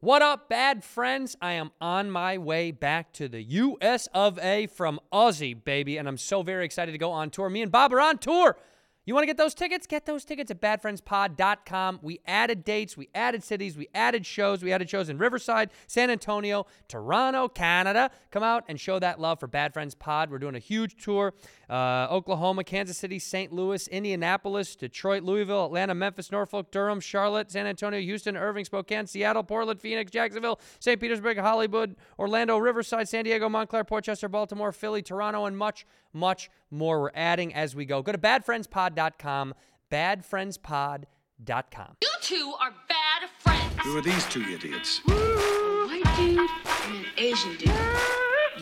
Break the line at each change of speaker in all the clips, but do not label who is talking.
What up, bad friends? I am on my way back to the US of A from Aussie, baby, and I'm so very excited to go on tour. Me and Bob are on tour. You want to get those tickets? Get those tickets at badfriendspod.com. We added dates, we added cities, we added shows. We added shows in Riverside, San Antonio, Toronto, Canada. Come out and show that love for Bad Friends Pod. We're doing a huge tour uh, Oklahoma, Kansas City, St. Louis, Indianapolis, Detroit, Louisville, Atlanta, Memphis, Norfolk, Durham, Charlotte, San Antonio, Houston, Irving, Spokane, Seattle, Portland, Phoenix, Jacksonville, St. Petersburg, Hollywood, Orlando, Riverside, San Diego, Montclair, Portchester, Baltimore, Philly, Toronto, and much, much more. We're adding as we go. Go to badfriendspod.com, badfriendspod.com.
You two are bad friends.
Who are these two idiots?
White dude and an Asian dude.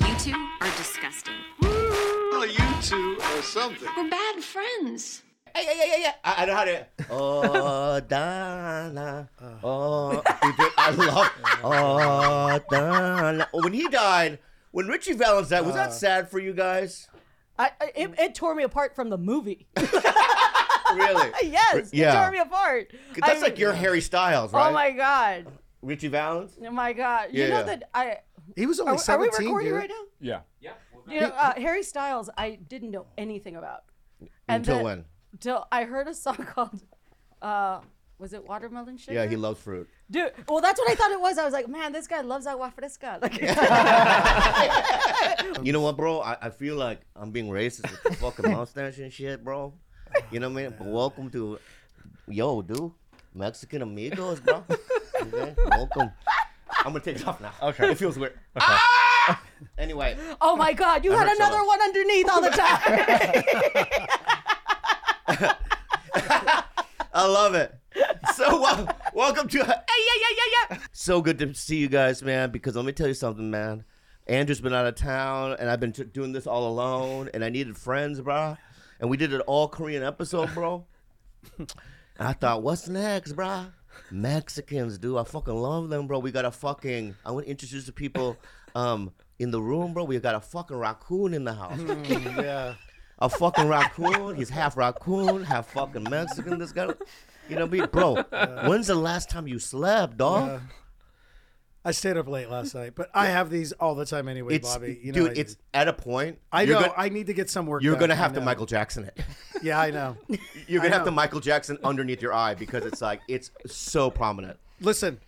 You two are disgusting.
Well, you two are something.
We're bad friends.
Hey, hey, hey, hey, hey. I, I know how to. Oh, Donna.
Uh.
Oh, we did- I love. Oh, Donna. Oh, when he died, when Richie Valens died, was
Uh.
that sad for you guys?
I, I- it,
Mm.
it tore me apart from the movie.
Really?
yes,
Yeah.
it tore me apart. I
That's
mean-
like your Harry Styles, right?
Oh my god!
Richie Valens.
Oh my god!
Yeah,
you know
yeah.
that I.
He was
Are,
only
we- are we
17.
recording
dude.
right now?
Yeah.
You know, uh, Harry Styles, I didn't know anything about. And
Until
then-
when?
Till I heard a song called, uh, was it Watermelon Sugar?
Yeah, he loves fruit.
Dude, well, that's what I thought it was. I was like, man, this guy loves agua fresca. Like,
You know what, bro? I, I feel like I'm being racist with the fucking mustache and shit, bro. You know what I mean? But welcome to, yo, dude, Mexican amigos, bro. Okay, welcome. I'm gonna take it off now. Okay, it feels weird. Ah! Anyway,
oh my god, you had
heard so.
another one underneath all the time.
I love it. So wel- welcome to. Hey, yeah, yeah, yeah, yeah. So good to see you guys, man. Because let me tell you something, man. Andrew's been out of town, and I've been t- doing this all alone, and I needed friends, bro. And we did an all Korean episode, bro. I thought, what's next, bruh? Mexicans, dude. I fucking love them, bro. We got a fucking. I want to introduce the people um, in the room, bro. We got a fucking raccoon in the house.
Yeah.
A fucking raccoon. He's half raccoon, half fucking Mexican. This guy. You know, what I mean? bro. When's the last time you slept, dog?
I stayed up late last night, but I have these all the time anyway,
it's
Bobby. You know,
dude.
I do.
it's at a point.
I
you're
know.
Gonna,
I need to get some work.
you're
done.
gonna
I
have to
know.
Michael Jackson it.
Yeah, I know.
You're gonna
I
have to
know.
Michael Jackson underneath your eye because it's like it's so prominent.
Listen,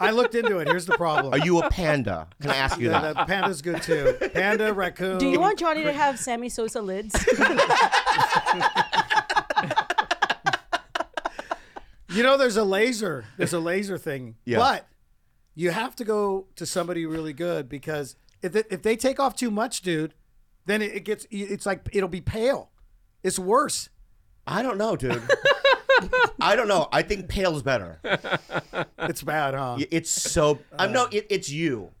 I looked into it. Here's the problem.
Are you a panda? Can I ask you
Yeah,
that?
that panda's good too. Panda, raccoon.
Do you want Johnny to have Sammy Sosa lids?
You know, there's a laser. There's a laser thing.
Yeah.
But you have to go to somebody really good because if it, if they take off too much, dude, then it, it gets. It's like it'll be pale. It's worse.
I don't know, dude. I don't know. I think pale's better.
It's bad, huh?
It's so. I no. It, it's you.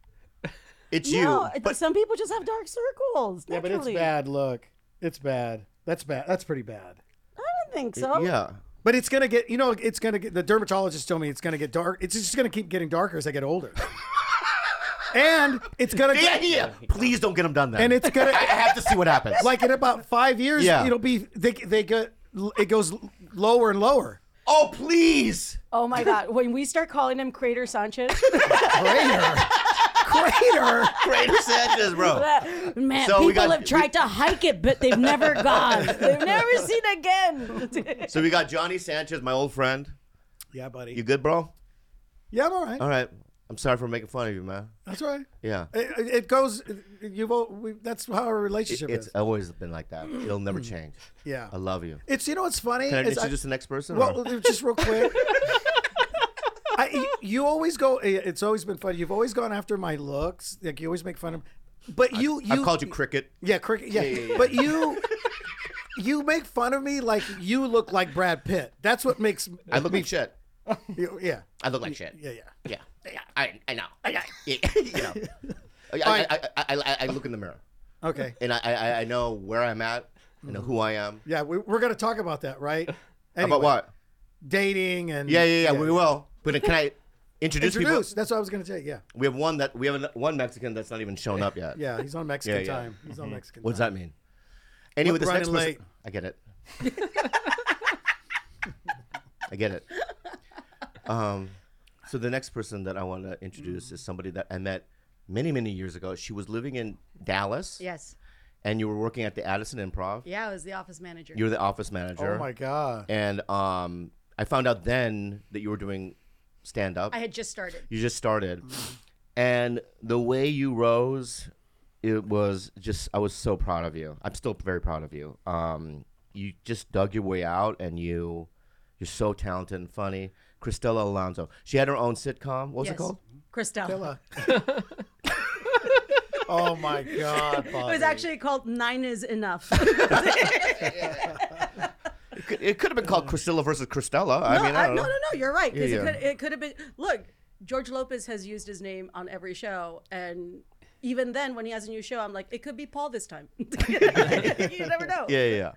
It's
no,
you. But
some people just have dark circles.
Yeah, but it's
naturally.
bad. Look, it's bad. That's bad. That's pretty bad.
I don't think so.
yeah.
But it's gonna get. You know, it's gonna get. The dermatologist told me it's gonna get dark. It's just gonna keep getting darker as I get older. and it's gonna.
Yeah, yeah. Please don't get him done. Then.
And it's gonna.
I I have to see what happens.
like in about five years,
Yeah.
it'll be they they get it goes lower and lower.
oh please.
Oh my god, when we start calling him Crater Sanchez,
Crater, crater.
Greater Sanchez, bro.
that- man,
So we
people
got-
have tried to hike it, but they've never gone. They've never seen again.
So we got Johnny Sanchez, my old friend.
Yeah, buddy.
You good, bro?
yeah, I'm all right.
All right. I'm sorry for making fun of you, man.
That's all right.
Yeah.
It, it- it goes. You've all, we, that's how our relationship
It's
is. Mm.
always been like that. It'll never change.
Yeah.
I love you.
It's you know what's funny
Can I
is I-
introduce the next person? or-
well just real quick. I, you- you always go. eh, It's always been fun. You've always gone after my looks. Like you always make fun of. But you, you
I've called you cricket.
Yeah, cricket. Yeah, but you, you make fun of me like you look like Brad Pitt. That's what makes.
I look like shit.
you- yeah,
I look like shit.
yeah, yeah.
Yeah. I, I know. I, I, you know. I, I, I, I, I- I look in the mirror
Okay.
and I, I, I know where I'm at and who I am.
Mm-hmm. Yeah, we, we're gonna talk about that, right? Anyway,
About what?
Dating and
Yeah, yeah, yeah, We will. But uh, can I introduce,
Introduce.
people?
That's what I was gonna say. Yeah,
We have one that we have an- one Mexican that's not even shown up yet.
yeah. He's on Mexican
Yeah, Mm-hmm. yeah.
time. He's on Mexican.
What does
time.
that mean? Anyway, this
running
next person,
late.
I get it. I get it. Um, So the next person that I want to introduce
Mm.
is somebody that I met many, many years ago. She was living in Dallas.
Yes.
And you were working at the Addison Improv.
Yeah, I was the office manager.
You were the office manager.
Oh my god.
And um, I found out then that you were doing stand up.
I had just started.
You just started. And the way you rose, it was just, I was so proud of you. I'm still very proud of you. Um, you just dug your way out and you, you're so talented and funny. Cristela Alonso. She had her own sitcom. What was it
yes.
called?
Christella.
Oh my god.
Oh,
It was actually called Nine is Enough.
It could, it could have been called Cristela versus Cristela. I
no,
mean, I
I-
don't
no,
know.
no, no. You're right. Because
Yeah, yeah.
it could it could have been. Look, George Lopez has used his name on every show, and even then, when he has a new show, I'm like, it could be Paul this time. you never know.
Yeah, yeah. yeah.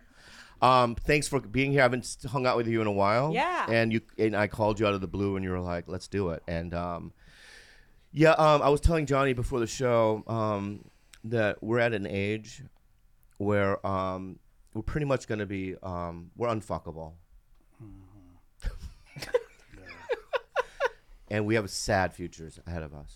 Um, thanks for being here. I haven't s- hung out with you in a while.
Yeah.
And you and I called you out of the blue, and you were like, "Let's do it." And um, yeah, um, I was telling Johnny before the show um, that we're at an age where um, we're pretty much going to be um, we're unfuckable,
Mm-hmm.
and we have sad futures ahead of us.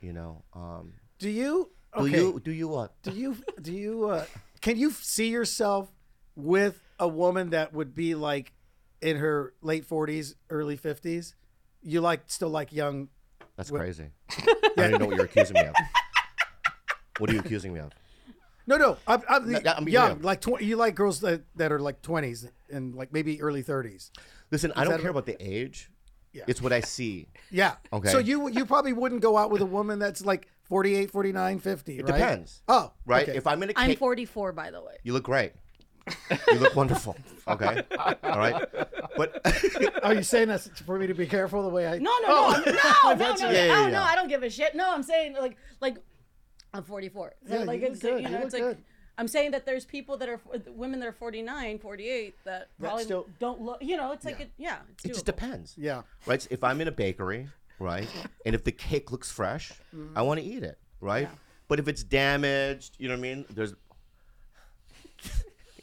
You know. Um,
Do you
do
okay,
you do you what?
do you do you uh, can you see yourself with a woman that would be like in her late 40s, early 50s? You like still like young
That's crazy. I don't even know what you're accusing me of. What are you accusing me of?
No, no, I'm, I'm,
No, no, I'm
young.
young.
Like tw- you like girls that, that are like 20s and like maybe early 30s.
Listen, I don't
that
care
a-
about the age.
Yeah.
It's what I see.
Yeah.
Okay.
So you you probably wouldn't go out with a woman that's like 48, 49, 50,
It
right?
depends.
Oh,
Right?
okay.
If I'm in a
I'm
cake,
44, by the way.
you look great. You look wonderful. Okay. All right. But
Are you saying that's for me to be careful the way I?
No, no,
Oh.
no, no, no, no, no.
Yeah, yeah,
Oh no,
yeah.
I don't give a shit. No, I'm saying like, like, I'm 44. So,
Yeah,
like,
you look
it's,
good.
you
You
know,
look
it's like,
good.
I'm saying that there's people that are women that are 49, 48 that probably
still-
don't look. You know, it's like, it, yeah, it's
it just
doable.
depends.
Yeah.
Right? So if I'm in a bakery, right, and if the cake looks fresh,
Mm-hmm.
I want to eat it, right? But if it's damaged, you know what I mean? There's,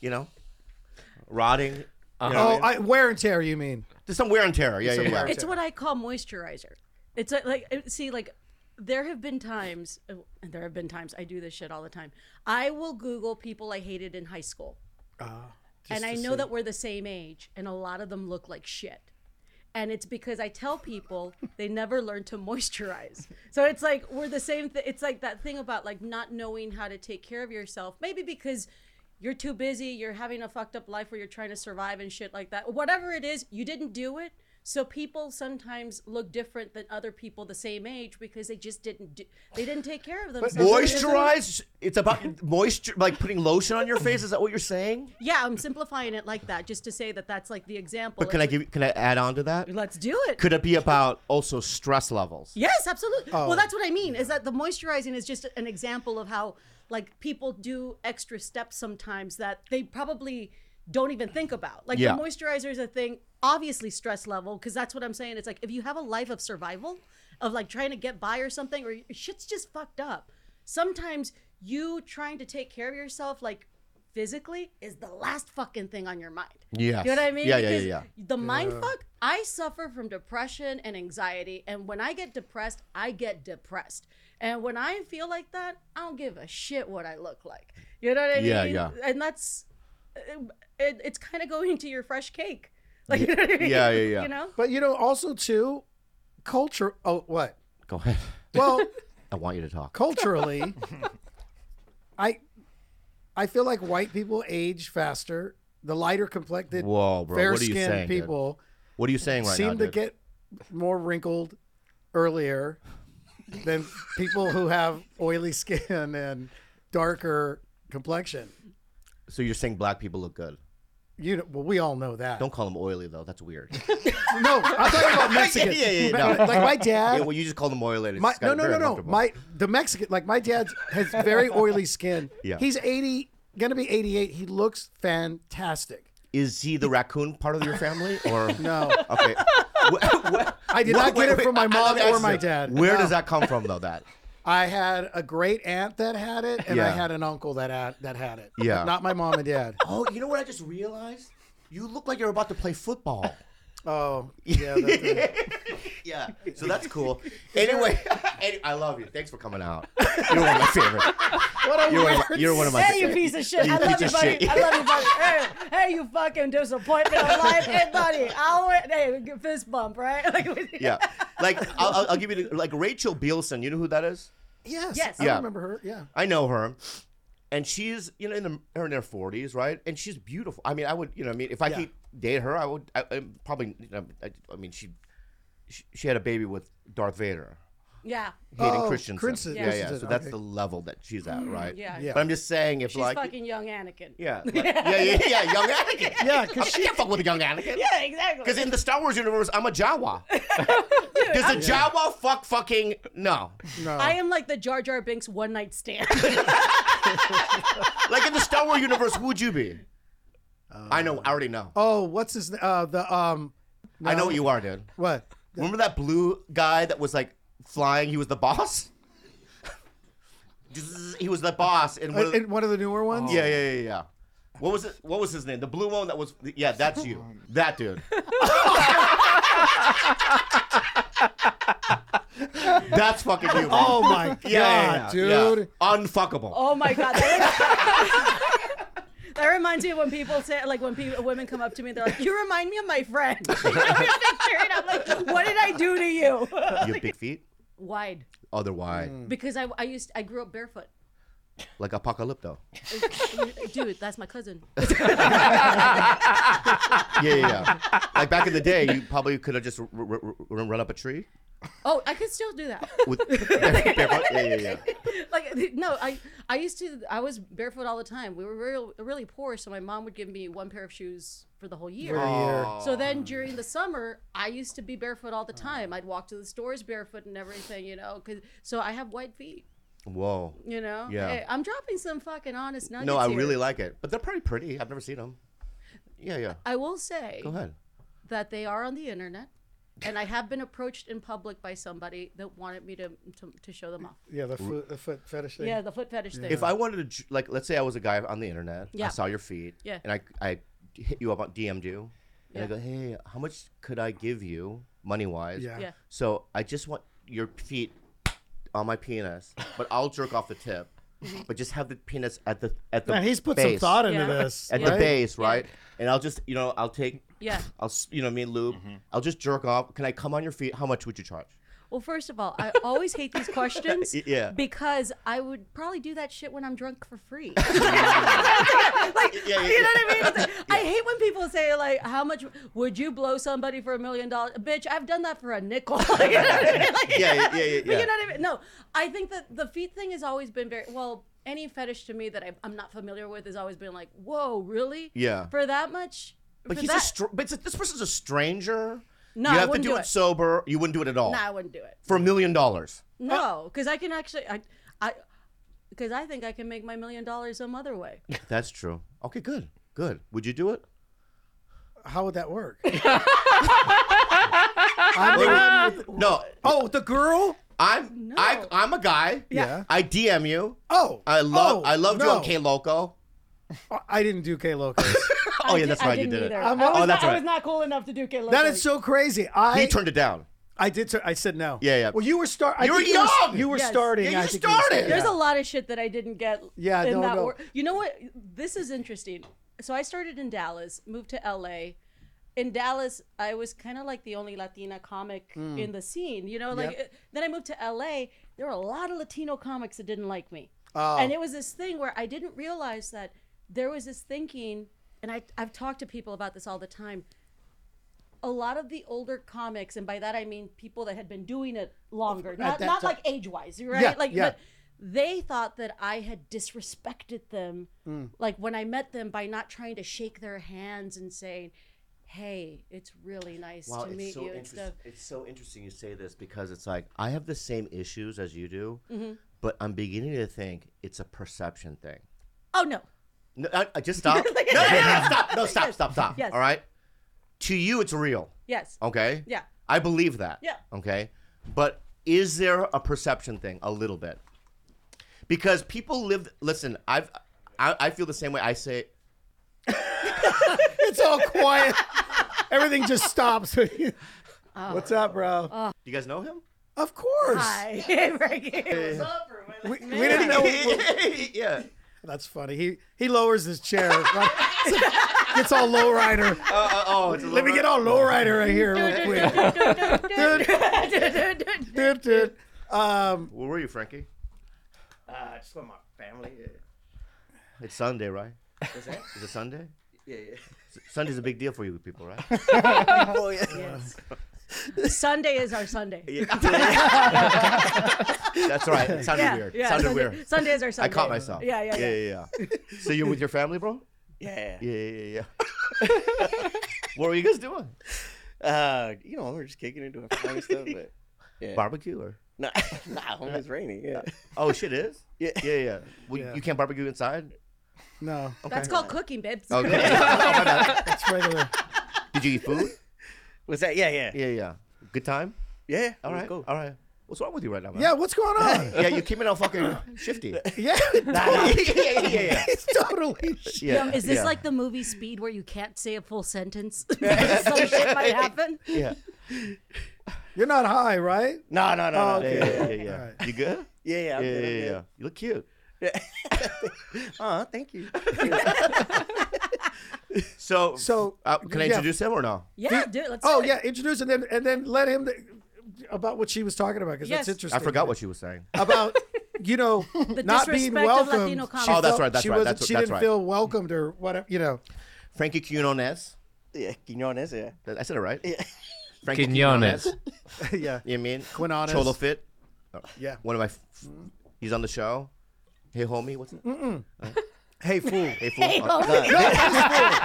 you know, rotting. you know what I
Oh,
mean?
I, wear and tear. You mean?
There's some wear and tear. Yeah,
Some
yeah,
wear
yeah.
and
It's what I call moisturizer. It's like, like uh, see, like there have been times, uh, and there have been times I do this shit all the time. I will Google people I hated in high school, and I know that we're the same age, and a lot of them look like shit. And it's because I tell people they never learn to moisturize. So it's like we're the same thing. It's like that thing about like not knowing how to take care of yourself. Maybe because you're too busy, you're having a fucked up life where you're trying to survive and shit like that. Whatever it is, you didn't do it. So people sometimes look different than other people the same age because they just didn't do, they didn't take care of themselves.
Moisturize. It's about moisture, like putting lotion on your face. Is that what you're saying?
Yeah, I'm simplifying it like that just to say that that's like the example.
But can I give? you- Can I add on to that?
Let's do it.
Could it be about also stress levels?
Yes, absolutely. Well, that's what I mean is that the moisturizing is just an example of how like people do extra steps sometimes that they probably don't even think about. Like
Yeah.
the moisturizer is a thing, obviously stress level, because that's what I'm saying. It's like if you have a life of survival, of like trying to get by or something, or shit's just fucked up. Sometimes you trying to take care of yourself, like physically, is the last fucking thing on your mind.
Yes.
Do you know what I mean?
Yeah, yeah, yeah,
Because
yeah.
the mind fuck i suffer from depression and anxiety and when i get depressed i get depressed and when i feel like that i don't give a shit what i look like you know what i
Yeah,
mean
yeah.
and that's it, it's kind of going to your fresh cake like you know what I mean?
Yeah, yeah, yeah.
you know
But you know, also too, culture. Oh, what?
Go ahead.
Well,
I want you to talk.
culturally, I, I feel like white people age faster. The lighter complected,
Whoa, bro. What are you
fair-skinned
saying, dude?
people.
What are you saying right now?
seem to
dude?
get more wrinkled earlier than people who have oily skin and darker complexion.
So you're saying black people look good?
You know, well, we all know that.
Don't call them oily though. That's weird.
No, I'm talking about Mexicans.
Yeah, yeah, yeah, no.
Like my
yeah,
dad.
well, you just call them oily. and it's
my,
gotta
no,
be
no,
very
no, no.
uncomfortable.
My the Mexican, like my dad has very oily skin.
Yeah.
He's 80, gonna be 88. He looks fantastic.
is he the raccoon part of your family or
No,
Okay.
I did not get it from my mom or my dad.
Where
No.
does that come from though? That
I had a great aunt that had it, and I
Yeah.
had an uncle that had, that had it.
Yeah.
not my mom and dad.
Oh, you know what I just realized? You look like you're about to play football.
Oh, yeah. That's it.
yeah. So that's cool. Anyway, any- I love you. Thanks for coming out. You're one of my favorite.
What a
You're one
weird
of Oh my, you're one of my
Hey, you piece of shit.
You
I love you,
piece of
buddy.
shit.
I love you, buddy. Hey, hey, you fucking disappointment of life. Hey, buddy. I'll hey, fist bump, right? Like, we-
Yeah. Like I'll, I'll- I'll give you the, like Rachel Bielsen. You know who that is?
Yes.
Yes.
I
Yeah.
remember her. Yeah.
I know her. And she's, you know, in the her in her forties, right? And she's beautiful. I mean, I would, you know, I mean, if I
Yeah.
could date her, I would. I, i probably, you know, I, I mean, she, she she had a baby with Darth Vader,
yeah.
Hayden
Oh,
Christensen.
Christensen.
Yeah, yeah.
Christensen,
So that's
okay.
the level that she's at, right?
Yeah.
Yeah.
But I'm just saying, if
She's
like,
fucking young Anakin.
yeah, like- yeah, yeah, yeah, young Anakin.
Yeah,
I
because she.
can't fuck with a young Anakin.
Yeah, exactly.
Because in the Star Wars universe, I'm a Jawa. Does a Jawa fuck fucking no?
No.
Oh.
I am like the Jar Jar Binks one night stand.
Like in the Star Wars universe, who would you be? I know. I already know.
oh, what's his name? Uh, the um.
I know what you are, dude.
What?
Remember that blue guy that was like flying? He was the boss. Zzz, he was the boss in one. Of the,
Uh,
Oh.
In one of the newer ones.
yeah, yeah, yeah, yeah. What was it? What was his name? The blue one that was. Yeah, that's you. That dude. that's fucking you. man.
Oh my god,
Yeah, yeah, yeah,
dude.
yeah. Unfuckable.
Oh my god. That, that reminds me of when people say, like, when people, women come up to me, they're like, "You remind me of my friend." I picture it. I'm like, "What did I do to
You
you?"
have big feet.
Wide,
Other wide,
Mm.
because I, I used I grew up barefoot.
like apocalypto.
Dude, that's my cousin.
Yeah, yeah, yeah. like back in the day, you probably could have just r- r- r- r- run up a tree
Oh, I could still do that.
with barefoot. Yeah, yeah, yeah.
Like, no, I I used to I was barefoot all the time. We were real, really poor, so my mom would give me one pair of shoes for the whole year.
Oh.
So then during the summer, I used to be barefoot all the
Uh-huh.
time. I'd walk to the stores barefoot and everything, you know, cuz so I have white feet,
Whoa.
you know.
Yeah.
Hey, I'm dropping some fucking honest nuggets.
No, I
here.
really like it, but they're pretty pretty. I've never seen them. Yeah, yeah.
I will say
Go ahead.
that they are on the internet. And I have been approached in public by somebody that wanted me to to, to show them off.
Yeah, the foot, the foot fetish thing.
Yeah, the foot fetish thing.
If I wanted to, j- like, let's say I was a guy on the internet, I
Yeah.
saw your feet,
Yeah.
and I, I hit you up on DM'd you, and I
Yeah.
go, hey, how much could I give you money wise?
Yeah.
Yeah.
So I just want your feet on my penis, but I'll jerk off the tip,
Mm-hmm.
but just have the penis at the at the
Man, he's put some
base.
thought into
Yeah.
this.
at the
right?
base, right? And I'll just, you know, I'll take,
Yeah.
I'll, s- you know, me and Lube, I'll just jerk off. Can I come on your feet? How much would you charge?
Well, first of all, I always hate these questions.
Y- yeah.
Because I would probably do that shit when I'm drunk for free. like,
Mm. yeah,
you know what I mean? It's like, I hate when people say like, "How much would you blow somebody for a million dollars?" Bitch, I've done that for a nickel. you know what I mean? Like,
Yeah, yeah, yeah, yeah,
But
yeah.
you know what I mean? No, I think that the feet thing has always been very well. Any fetish to me that I, I'm not familiar with has always been like, "Whoa, really?
Yeah.
For that much?"
But
For
he's a
that-
str- but it's a, this person's a stranger.
No,
you
I
have to
wouldn't
do,
do
it,
it.
sober. You wouldn't do it at all
Nah, I wouldn't do it.
for a million dollars.
No, because I can actually, I, I, because I think I can make my million dollars some other way.
That's true. Okay, good, good. Would you do it?
How would that work? I mean,
No,
oh, the girl.
I'm I,
No.
I'm a guy.
Yeah.
I DM you.
Oh,
I love
oh,
I loved you
no.
on K Loco.
I didn't do K Locos.
Oh yeah, that's
I
right. You
didn't
did
either.
it.
I
I'm-
was,
oh,
not,
that's
I
right.
was not cool enough to do K.
that is so crazy. I
He turned it down.
I did. Tur- I said no.
Yeah, yeah.
Well, you were start. I
You were
think you were-
young!
you were
Yes.
starting.
Yeah, you
I
just
think were starting.
started!
There's
Yeah.
a lot of shit that I didn't get.
Yeah,
in
no,
that
no.
wor- You know what? This is interesting. So I started in Dallas, moved to LA. In Dallas, I was kind of like the only Latina comic in the scene. You know, like
Hmm. Yep.
uh, then I moved to LA. There were a lot of Latino comics that didn't like me,
Oh.
and it was this thing where I didn't realize that there was this thinking. And I, I've talked to people about this all the time a lot of the older comics, and by that I mean people that had been doing it longer, not
that
not
time.
like age wise, right?
Yeah,
like
yeah.
but they thought that I had disrespected them, like when I met them by not trying to shake their hands and saying, "Hey, it's really nice to meet you" and
interesting.
stuff.
It's so interesting you say this because it's like I have the same issues as you do,
Mm-hmm.
but I'm beginning to think it's a perception thing.
Oh no,
No, I, I just stop. no, no, no, no, stop. No, stop, stop, stop.
Yes.
All right. To you, it's real.
yes,
Okay.
Yeah.
I believe that.
Yeah.
Okay. But is there a perception thing? A little bit. Because people live. Listen, I've. I, I feel the same way. I say.
It's all quiet. Everything just stops.
Oh.
What's up, bro?
you guys know him?
of course.
Hi.
We, we didn't know.
yeah.
That's funny. He he lowers his chair. like, gets all lowrider.
Uh, uh, oh, it's a
Let me
little-
get all lowrider right here real quick. Dude, dude. Um,
Where were you, Frankie?
Uh, just with my family. Yeah,
It's Sunday, right?
What's that?
Is it Sunday?
yeah, yeah.
S- Sunday's a big deal for you people, right?
Oh yeah.
Sunday is our Sunday. Yeah,
That's right. It sounded weird.
yeah,
sounded
Sunday,
weird.
Sunday is our Sunday.
I caught myself.
Yeah, yeah, yeah.
yeah, yeah. yeah. so you're with your family, bro?
Yeah.
Yeah, yeah, yeah. yeah. what were you guys doing?
Uh, you know, we're just kicking and doing funny stuff, but yeah.
Barbecue or?
nah, nah, homie, it's raining. Yeah.
Oh, shit it is?
Yeah.
Yeah, yeah. Well,
Yeah.
You can't barbecue inside?
no,
That's called cooking, babes.
Okay. Oh, my bad.
it's regular.
Did you eat food?
Was that? Yeah, yeah, yeah.
Yeah, yeah. Good time?
it
All
was
right.
cool.
All right. What's wrong with you right now, man?
Yeah, what's going on?
Yeah, you keep it all fucking shifty.
yeah,
yeah, yeah, yeah, yeah.
totally.
Yeah,
Is this
yeah.
like the movie Speed where you can't say a full sentence? because Some shit might happen.
Yeah.
You're not high, right?
No, no, no,
Oh,
no.
okay.
Yeah, yeah,
Yeah, yeah, yeah. You good?
yeah. yeah,
yeah,
I'm good,
yeah,
I'm
yeah,
good.
yeah. You look cute.
Aw, thank you.
So,
So,
uh, can I
yeah.
introduce him or no?
Yeah, dude. Let's.
Oh
do it.
yeah, introduce and then and then let him th- about what she was talking about because
Yes.
that's interesting.
I forgot what she was saying.
about you know not being
disrespect of
welcomed.
Latino
She
comedy. Oh,
that's
felt-
right, that's
she
right,
wasn't-
that's-
she
that's
didn't
right.
feel welcomed or whatever. You know,
Frankie Quinones.
yeah, Quinones, yeah.
I said it right.
Yeah.
Frankie
Quinones.
yeah,
You know what I mean?
Quinones.
Cholo Fit.
Oh, yeah.
One of my. F- he's on the show. Hey, homie. What's it?
Hey fool,
Hey, fool. Oh,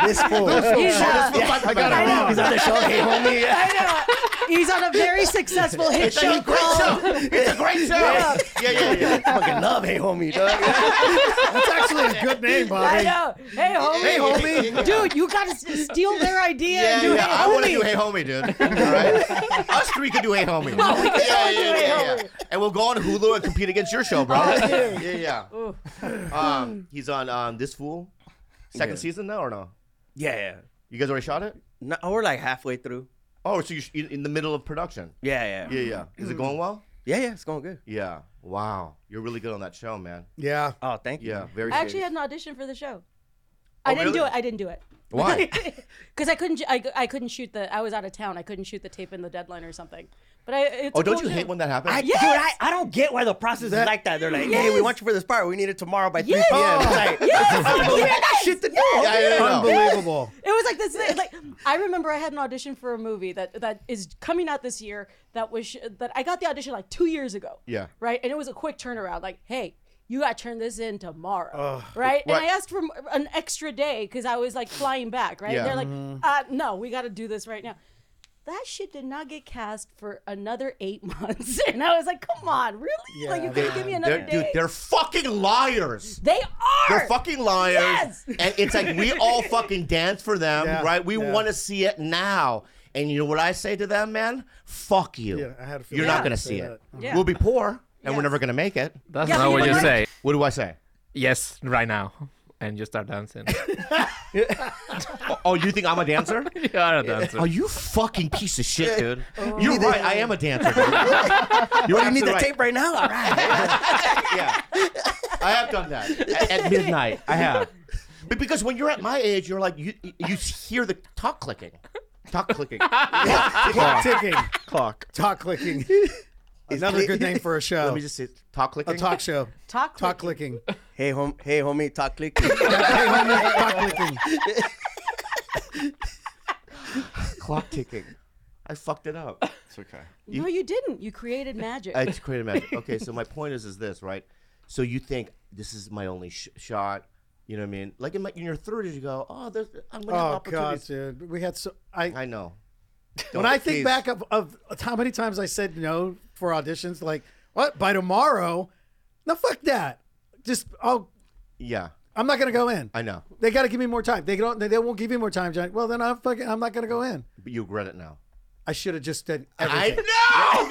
this fool. He's
Yeah.
I got it wrong.
He's on the show. Hey, homie. Yeah.
He's on a very successful hit show. called-
It's a great show. Yeah, yeah, yeah.
I fucking love Hey, homie, dog.
That's actually a good name,
I
Bobby.
know. Hey, homie.
Hey, homie.
Dude, you got to steal their idea
Yeah,
and do
yeah,
Hey,
I want to
homie.
do Hey Homie, dude. All right? Us three could do Hey Homie.
we could
yeah,
all do Hey Homie.
And we'll go on Hulu and compete against your show, bro. yeah, yeah. Um, he's on um, This Fool. Second season now or no?
Yeah, yeah.
You guys already shot it?
No, we're like halfway through.
Oh, so you're sh- in in the middle of production.
Yeah, yeah,
Yeah, yeah. Is it going well?
yeah, yeah. It's going good.
Yeah. Wow. You're really good on that show, man.
Yeah,
Oh, thank you.
Yeah, very
I actually
serious.
had an audition for the show. I didn't do
Oh, really?
it. I didn't do it.
Why?
Because I couldn't. ju- I, I couldn't shoot the. I was out of town. I couldn't shoot the tape in the deadline or something. But I. It's
Oh,
a
don't
cool
you hate
show.
when that happens?
I,
Yes.
Dude, I, I don't get why the process is
That-
like that. They're like, hey, we want you for this part. We need it tomorrow by 3
Yes.
p.m. It's like,
Yes.
I don't
Yes.
got shit to do.
yeah, yeah, yeah.
unbelievable.
It was like this. Thing. Like I remember, I had an audition for a movie that that is coming out this year. That was that I got the audition like two years ago.
Yeah.
Right, and it was a quick turnaround. Like, hey, you got to turn this in tomorrow. right, and I
right.
asked for an extra day because I was like flying back. Right,
Yeah. Mm-hmm.
they're like, uh, no, we got to do this right now. That shit did not get cast for another eight months, and I was like, come on, really? Like you couldn't give me another
They're,
day?
dude, they're fucking liars.
they are.
They're fucking liars.
Yes!
And it's like we all fucking dance for them,
Yeah,
right? We
yeah.
want to see it now. And you know what I say to them, man? Fuck you.
Yeah, I had a
You're
feeling
not
you'd
going to
say
see
that.
it.
Yeah.
We'll be poor and we're
Yes.
never going to make it.
That's
Yeah, but
not
you
what you
know what?
say.
What do I say?
Yes, right now. And you start dancing.
Oh, you think I'm a dancer?
you are a dancer.
Oh, you fucking piece of shit, dude.
Oh.
You're right. I am a dancer. dude. You're
You need
absolutely
the
right.
tape right now? All right.
yeah. I have done that at, at midnight. I have. But because when you're at my age, you're like you you hear the talk clicking, talk clicking.
Clock ticking,
clock.
talk clicking. Another good name for a show.
Let me just say talk clicking.
a talk show.
Talk
Talk
clicking.
clicking.
hey, hom- hey, homie, talk click.
hey, homie, talk clicking.
clock ticking. I fucked it up.
it's okay.
No, you didn't. You created magic.
I just created magic. Okay, so my point is is this, right? So you think this is my only sh- shot. You know what I mean? Like in, my, in your 30s, you go, oh, there's, I'm gonna have
Oh God,
opportunities.
dude, we had so. I
I know.
when I think back of, of how many times I said no for auditions, like what by tomorrow? No, fuck that. Just I'll.
Yeah,
I'm not gonna go in.
I know.
They got to give me more time. They don't. They, they won't give me more time, John. Well, then I'm fucking. I'm not gonna go in.
But you regret it now.
I should have just done
I
everything.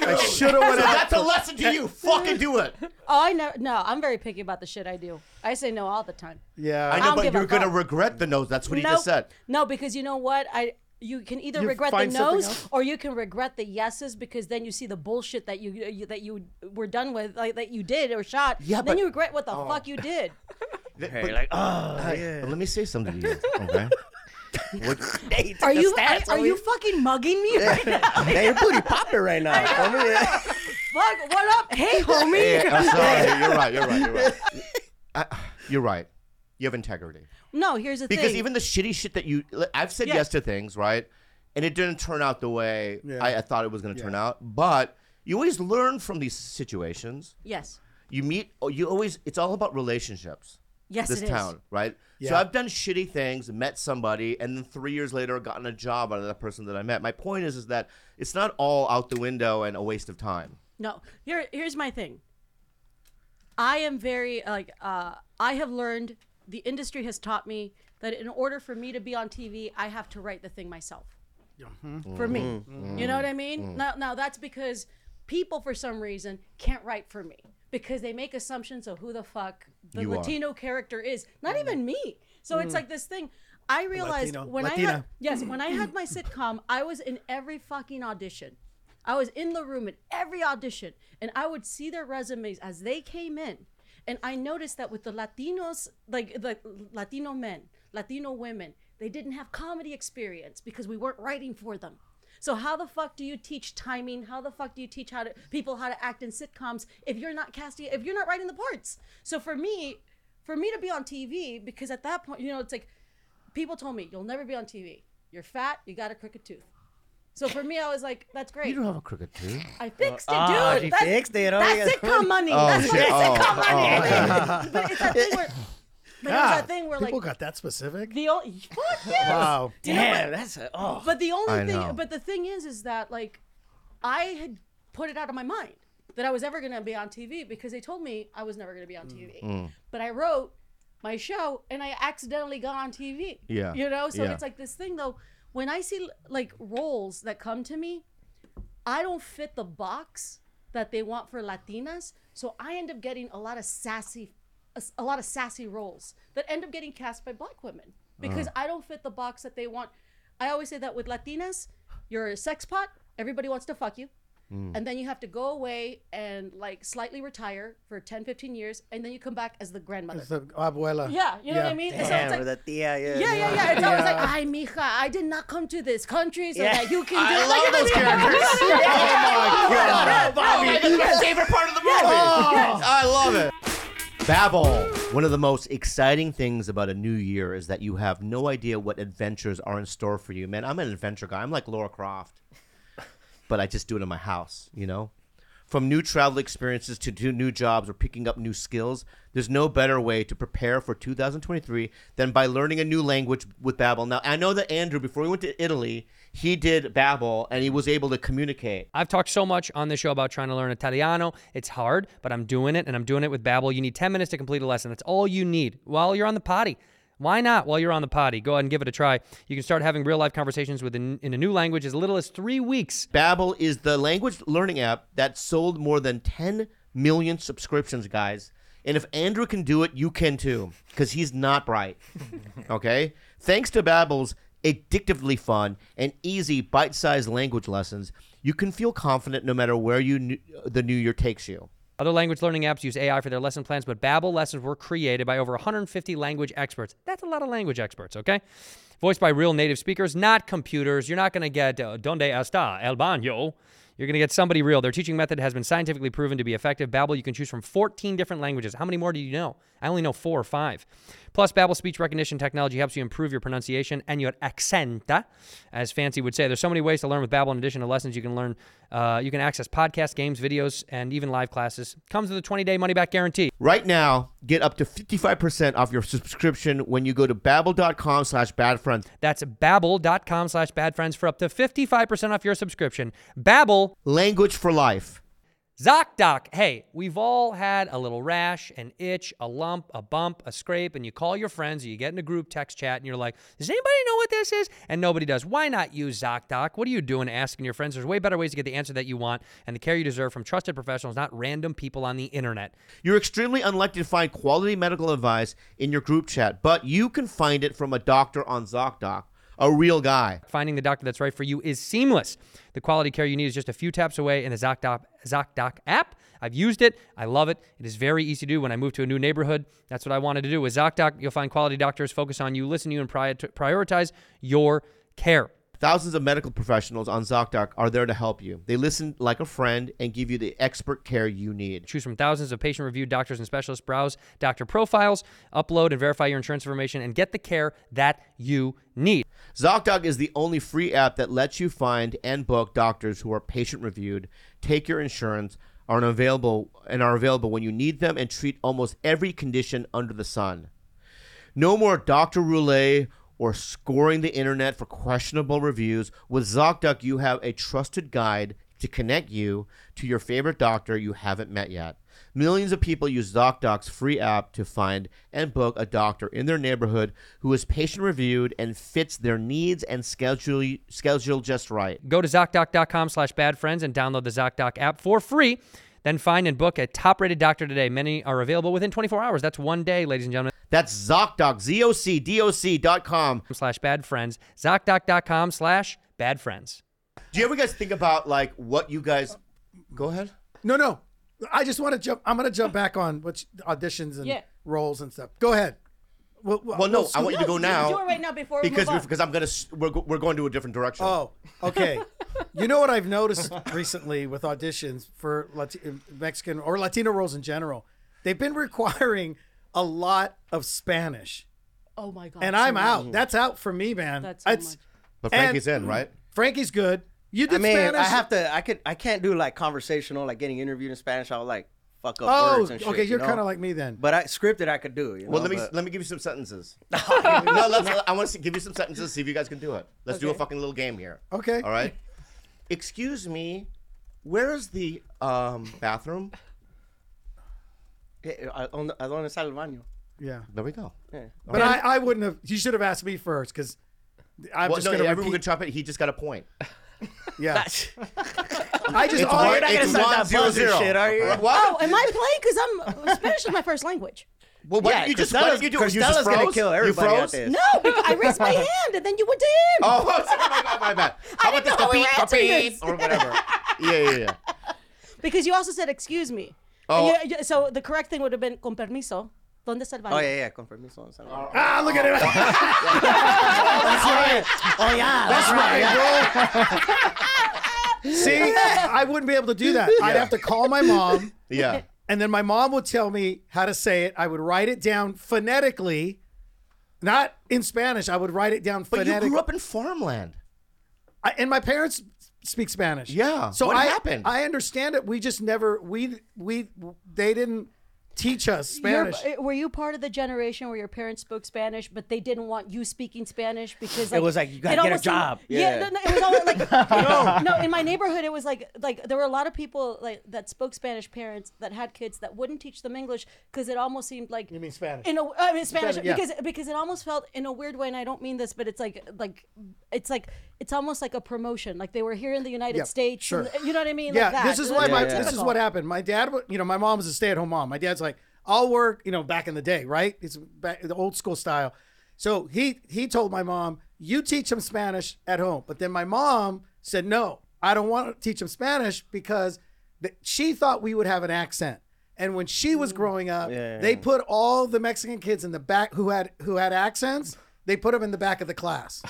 know. dude.
shoulda went
So
out
That's a lesson to you. Fucking do it.
Oh, I know. No, I'm very picky about the shit I do. I say no all the time.
yeah.
I
I
know,
don't
but
give a
you're gonna
fuck.
regret the nose. That's what he
Nope.
just said.
No, because you know what? I you can either
You
regret the
find something
no's
else?
or you can regret the yeses because then you see the bullshit that you, you that you were done with, like that you did or shot.
Yeah,
then
but-
you regret what the fuck you did.
Hey, like, oh, let me say something to you, okay?
Are you are, are you fucking mugging me? Right now?
Man, you're pretty popping right now. homie.
Fuck, what up? Hey, homie.
Yeah, I'm sorry. You're right. You're right. You're right. I, you're right. You have integrity.
No, here's the
Because
thing.
even the shitty shit that you, like, I've said
Yeah.
yes to things, right? And it didn't turn out the way
Yeah.
I, I thought it was going to turn out. But you always learn from these situations.
yes,
You meet, oh, you always, it's all about relationships.
yes,
this
it is.
town, right? So
Yeah.
I've done shitty things, met somebody, and then three years later gotten a job out of that person that I met. My point is, is that it's not all out the window and a waste of time.
No, here here's my thing. I am very like uh, I have learned the industry has taught me that in order for me to be on TV, I have to write the thing myself.
Mm-hmm.
For me, you know what I mean. Now, now that's because people for some reason can't write for me because they make assumptions of who the fuck the
You are. Mm.
Latino character is. Not even me. So it's like this thing. I realized
Latino.
when I had
Latina.
yes, when I had my sitcom, I was in every fucking audition. I was in the room at every audition, and I would see their resumes as they came in, and I noticed that with the Latinos, like the Latino men, Latino women, they didn't have comedy experience because we weren't writing for them. So how the fuck do you teach timing? How the fuck do you teach how to people how to act in sitcoms if you're not casting if you're not writing the parts? So for me, for me to be on TV because at that point, you know, it's like people told me you'll never be on TV. You're fat. You got a crooked tooth. So for me, I was like, that's great.
You don't have a crooked tooth.
I fixed it,
Ah,
dude.
she
that's,
fixed it. Oh,
That's
yeah.
sitcom money. that's
shit.
fucking
Oh,
sitcom
oh,
money. but it's that thing where, but it's that thing where
people
like
got that specific.
the only fuck yes.
Wow.
Damn, that's a, oh.
But the only
I
thing,
know.
but the thing is, is that like, I had put it out of my mind that I was ever gonna be on TV because they told me I was never gonna be on TV. But I wrote my show and I accidentally got on TV.
Yeah.
you know. So
Yeah.
it's like this thing though. When I see like roles that come to me, I don't fit the box that they want for Latinas, so I end up getting a lot of sassy, a, s- a lot of sassy roles that end up getting cast by black women because I don't fit the box that they want. I always say that with Latinas, you're a sex pot. Everybody wants to fuck you. And then you have to go away and like slightly retire for 10, 15 years, and then you come back as the grandmother.
The abuela.
Yeah, you know what I
Yeah.
mean? So
Damn,
it's like,
the tia, yeah.
yeah, yeah, yeah. It's always like, ay, mija, I did not come to this country so
Yeah.
that you can do
I
it."
love
Like,
those
you know what I mean?
characters.
Yeah, yeah, yeah.
Oh, my God, that's my favorite part of the movie.
Oh,
I love it. Babbel. One of the most exciting things about a new year is that you have no idea what adventures are in store for you. Man, I'm an adventure guy. I'm like Laura Croft, but I just do it in my house, you know? From new travel experiences to do new jobs or picking up new skills, there's no better way to prepare for 2023 than by learning a new language with Babbel. Now, I know that Andrew, before he went to Italy, he did Babbel and he was able to communicate.
I've talked so much on this show about trying to learn Italiano. It's hard, but I'm doing it, and I'm doing it with Babbel. You need 10 minutes to complete a lesson. That's all you need while you're on the potty. Why not? While you're on the potty, go ahead and give it a try. You can start having real life conversations with in, in a new language as little as three weeks.
Babbel is the language learning app that sold more than 10 million subscriptions, guys. And if Andrew can do it, you can too, because he's not bright. Okay? Thanks to Babbel's addictively fun and easy bite-sized language lessons, you can feel confident no matter where you kn- the new year takes you.
Other language learning apps use AI for their lesson plans, but Babbel lessons were created by over 150 language experts. That's a lot of language experts, okay? Voiced by real native speakers, not computers. You're not going to get uh, "Donde está el baño?" You're going to get somebody real. Their teaching method has been scientifically proven to be effective. Babbel, you can choose from 14 different languages. How many more do you know? I only know 4 or 5. Plus Babbel speech recognition technology helps you improve your pronunciation and your accent, as Fancy would say. There's so many ways to learn with Babbel in addition to lessons you can learn uh, you can access podcasts, games, videos, and even live classes. Comes with a 20-day money-back guarantee.
Right now, get up to 55% off your subscription when you go to babbel.com slash badfriend.
That's babbel.com slash badfriends for up to 55% off your subscription. Babbel,
Language for life.
ZocDoc. Hey, we've all had a little rash, an itch, a lump, a bump, a scrape, and you call your friends or you get in a group text chat and you're like, does anybody know what this is? And nobody does. Why not use ZocDoc? What are you doing asking your friends? There's way better ways to get the answer that you want and the care you deserve from trusted professionals, not random people on the internet.
You're extremely unlikely to find quality medical advice in your group chat, but you can find it from a doctor on ZocDoc. a real guy.
Finding the doctor that's right for you is seamless. The quality care you need is just a few taps away in the ZocDoc, ZocDoc app. I've used it. I love it. It is very easy to do when I moved to a new neighborhood. That's what I wanted to do. With ZocDoc, you'll find quality doctors focus on you, listen to you, and prior- prioritize your care.
Thousands of medical professionals on ZocDoc are there to help you. They listen like a friend and give you the expert care you need.
Choose from thousands of patient reviewed doctors and specialists, browse doctor profiles, upload and verify your insurance information, and get the care that you need.
ZocDoc is the only free app that lets you find and book doctors who are patient reviewed, take your insurance, are available and are available when you need them and treat almost every condition under the sun. No more doctor roulette or scoring the internet for questionable reviews. With ZocDoc, you have a trusted guide to connect you to your favorite doctor you haven't met yet. Millions of people use ZocDoc's free app to find and book a doctor in their neighborhood who is patient reviewed and fits their needs and schedule, schedule just right.
Go to ZocDoc.com slash badfriends and download the ZocDoc app for free. Then find and book a top rated doctor today. Many are available within 24 hours. That's one day, ladies and gentlemen,
That's ZocDoc, Z O C D O C dot com.
slash badfriends. ZocDoc.com slash badfriends.
Do you ever guys think about like what you guys. Go ahead.
No, no. I just want to jump. I'm going to jump back on which auditions and
Yeah.
roles and stuff. Go ahead. Well, well,
Well, no,
we'll-
I want you to go now.
Do it right now before we
because
move on.
because I'm gonna s- we're, go- we're going to a different direction.
Oh, okay. you know what I've noticed recently with auditions for Lati- Mexican or Latino roles in general? They've been requiring a lot of Spanish,
oh my god.
and
so
I'm
much.
out. That's out for me, man.
That's so
It's-
much.
but Frankie's
and-
in, right?
Frankie's good. You did
I mean,
Spanish.
I have to. I could. I can't do like conversational, like getting interviewed in Spanish. I'll like fuck up
Oh,
words and shit.
okay.
you
You're
know?
kind of like me then.
But I scripted, I could do. You
Well,
know,
let me
but-
let me give you some sentences. no, let's. I want to give you some sentences. See if you guys can do it. Let's do a
Okay.
fucking little game here.
Okay.
All right. Excuse me, where is the um bathroom?
Eh, eh, on- ¿a dónde está el baño?
Yeah.
There we go.
But I, I wouldn't have. You should have asked me first because I'm
Well,
just
no,
gonna
everyone
repeat.
can chop it. He just got a point.
yeah. I just. all-
one-
oh, you're not gonna
it's
start
one,
that
zero,
buzzer
zero.
shit, are you?
What?
Oh, am I playing? Because I'm Spanish is my first language.
Well, why
Yeah,
didn't you just why
Costello's-
didn't you do it? You just
Costello's gonna
froze?
kill everybody
you
out
froze?
there.
No, because I raised my hand, and then you went to him.
Oh, sorry, my bad, my bad. How about this?
know we were
Beep,
answering
beep,
this.
or whatever. Yeah, yeah, yeah.
Because you also said, "Excuse me." Oh. so the correct thing would have been "Con permiso." ¿Dónde está el baño?
Oh yeah, yeah. Con permiso. está el baño.
Ah, look at it. that's right. Oh yeah, that's, right, bro. See, I wouldn't be able to do that. I'd have to call my mom,
Yeah.
and then my mom would tell me how to say it. I would write it down phonetically, not in Spanish. I would write it down
But you
phonetically.
grew up in farmland.
I, and my parents speak Spanish.
Yeah,
So
what
I
happened?
I understand it. We just never we we they didn't teach us
You're-
Spanish.
uh, were you part of the generation where your parents spoke Spanish, but they didn't want you speaking Spanish because
It was like, you gotta
it
get a
almost seemed-
job.
Yeah,
Yeah.
No, no, it was all like no. no. In my neighborhood, it was like like there were a lot of people like that spoke Spanish parents that had kids that wouldn't teach them English because it almost seemed like
you mean Spanish?
in a I mean Spanish
Spanish, yeah.
because because it almost felt in a weird way, and I don't mean this, but it's like like it's like it's almost like a promotion. Like they were here in the United
Yeah,
States,
sure.
and- you know what I mean?
yeah,
like that.
this is
It
why
was
my
very
this is
typical.
what happened. My dad, wa- you know, my mom was a stay-at-home mom. My dad's like, "I'll work," you know, back in the day, right? It's back the old school style. So he he told my mom, "You teach him Spanish at home." But then my mom said, "No, I don't want to teach him Spanish because th- she thought we would have an accent." And when she was growing up, they put all the Mexican kids in the back who had who had accents. They put them in the back of the class.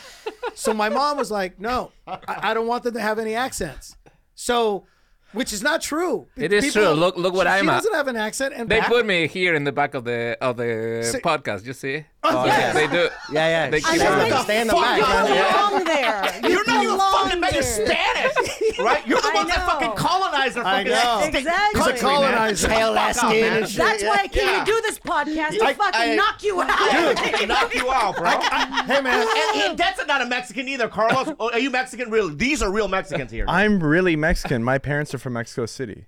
So my mom was like, "No, I, I don't want them to have any accents." So, which is not true.
It is true. Look- look what
she,
I'm
She
at.
doesn't have an accent, and
They
back-
put me here in the back of the of the
See-
podcast. You see?
Oh, yes.
They do.
Yeah, yeah.
They
Stay
keep
in the
it.
back. Stay in the back.
You
man.
belong there. You
You're not even
belong
fucking better
there.
Spanish, right? You're the
I
one that
know.
fucking colonized the
I
fucking
know.
state.
Exactly.
Country,
He's a
man.
colonizer.
Pale ass
Fuck off,
skin
man.
and shit.
That's why I came
Yeah.
to do this podcast to
I-
fucking
I-
knock you out.
Dude, knock you out, bro.
Hey man,
And- and that's not a Mexican either, Carlos. Oh, Are you Mexican? Real? These are real Mexicans here.
I'm really Mexican. My parents are from Mexico City.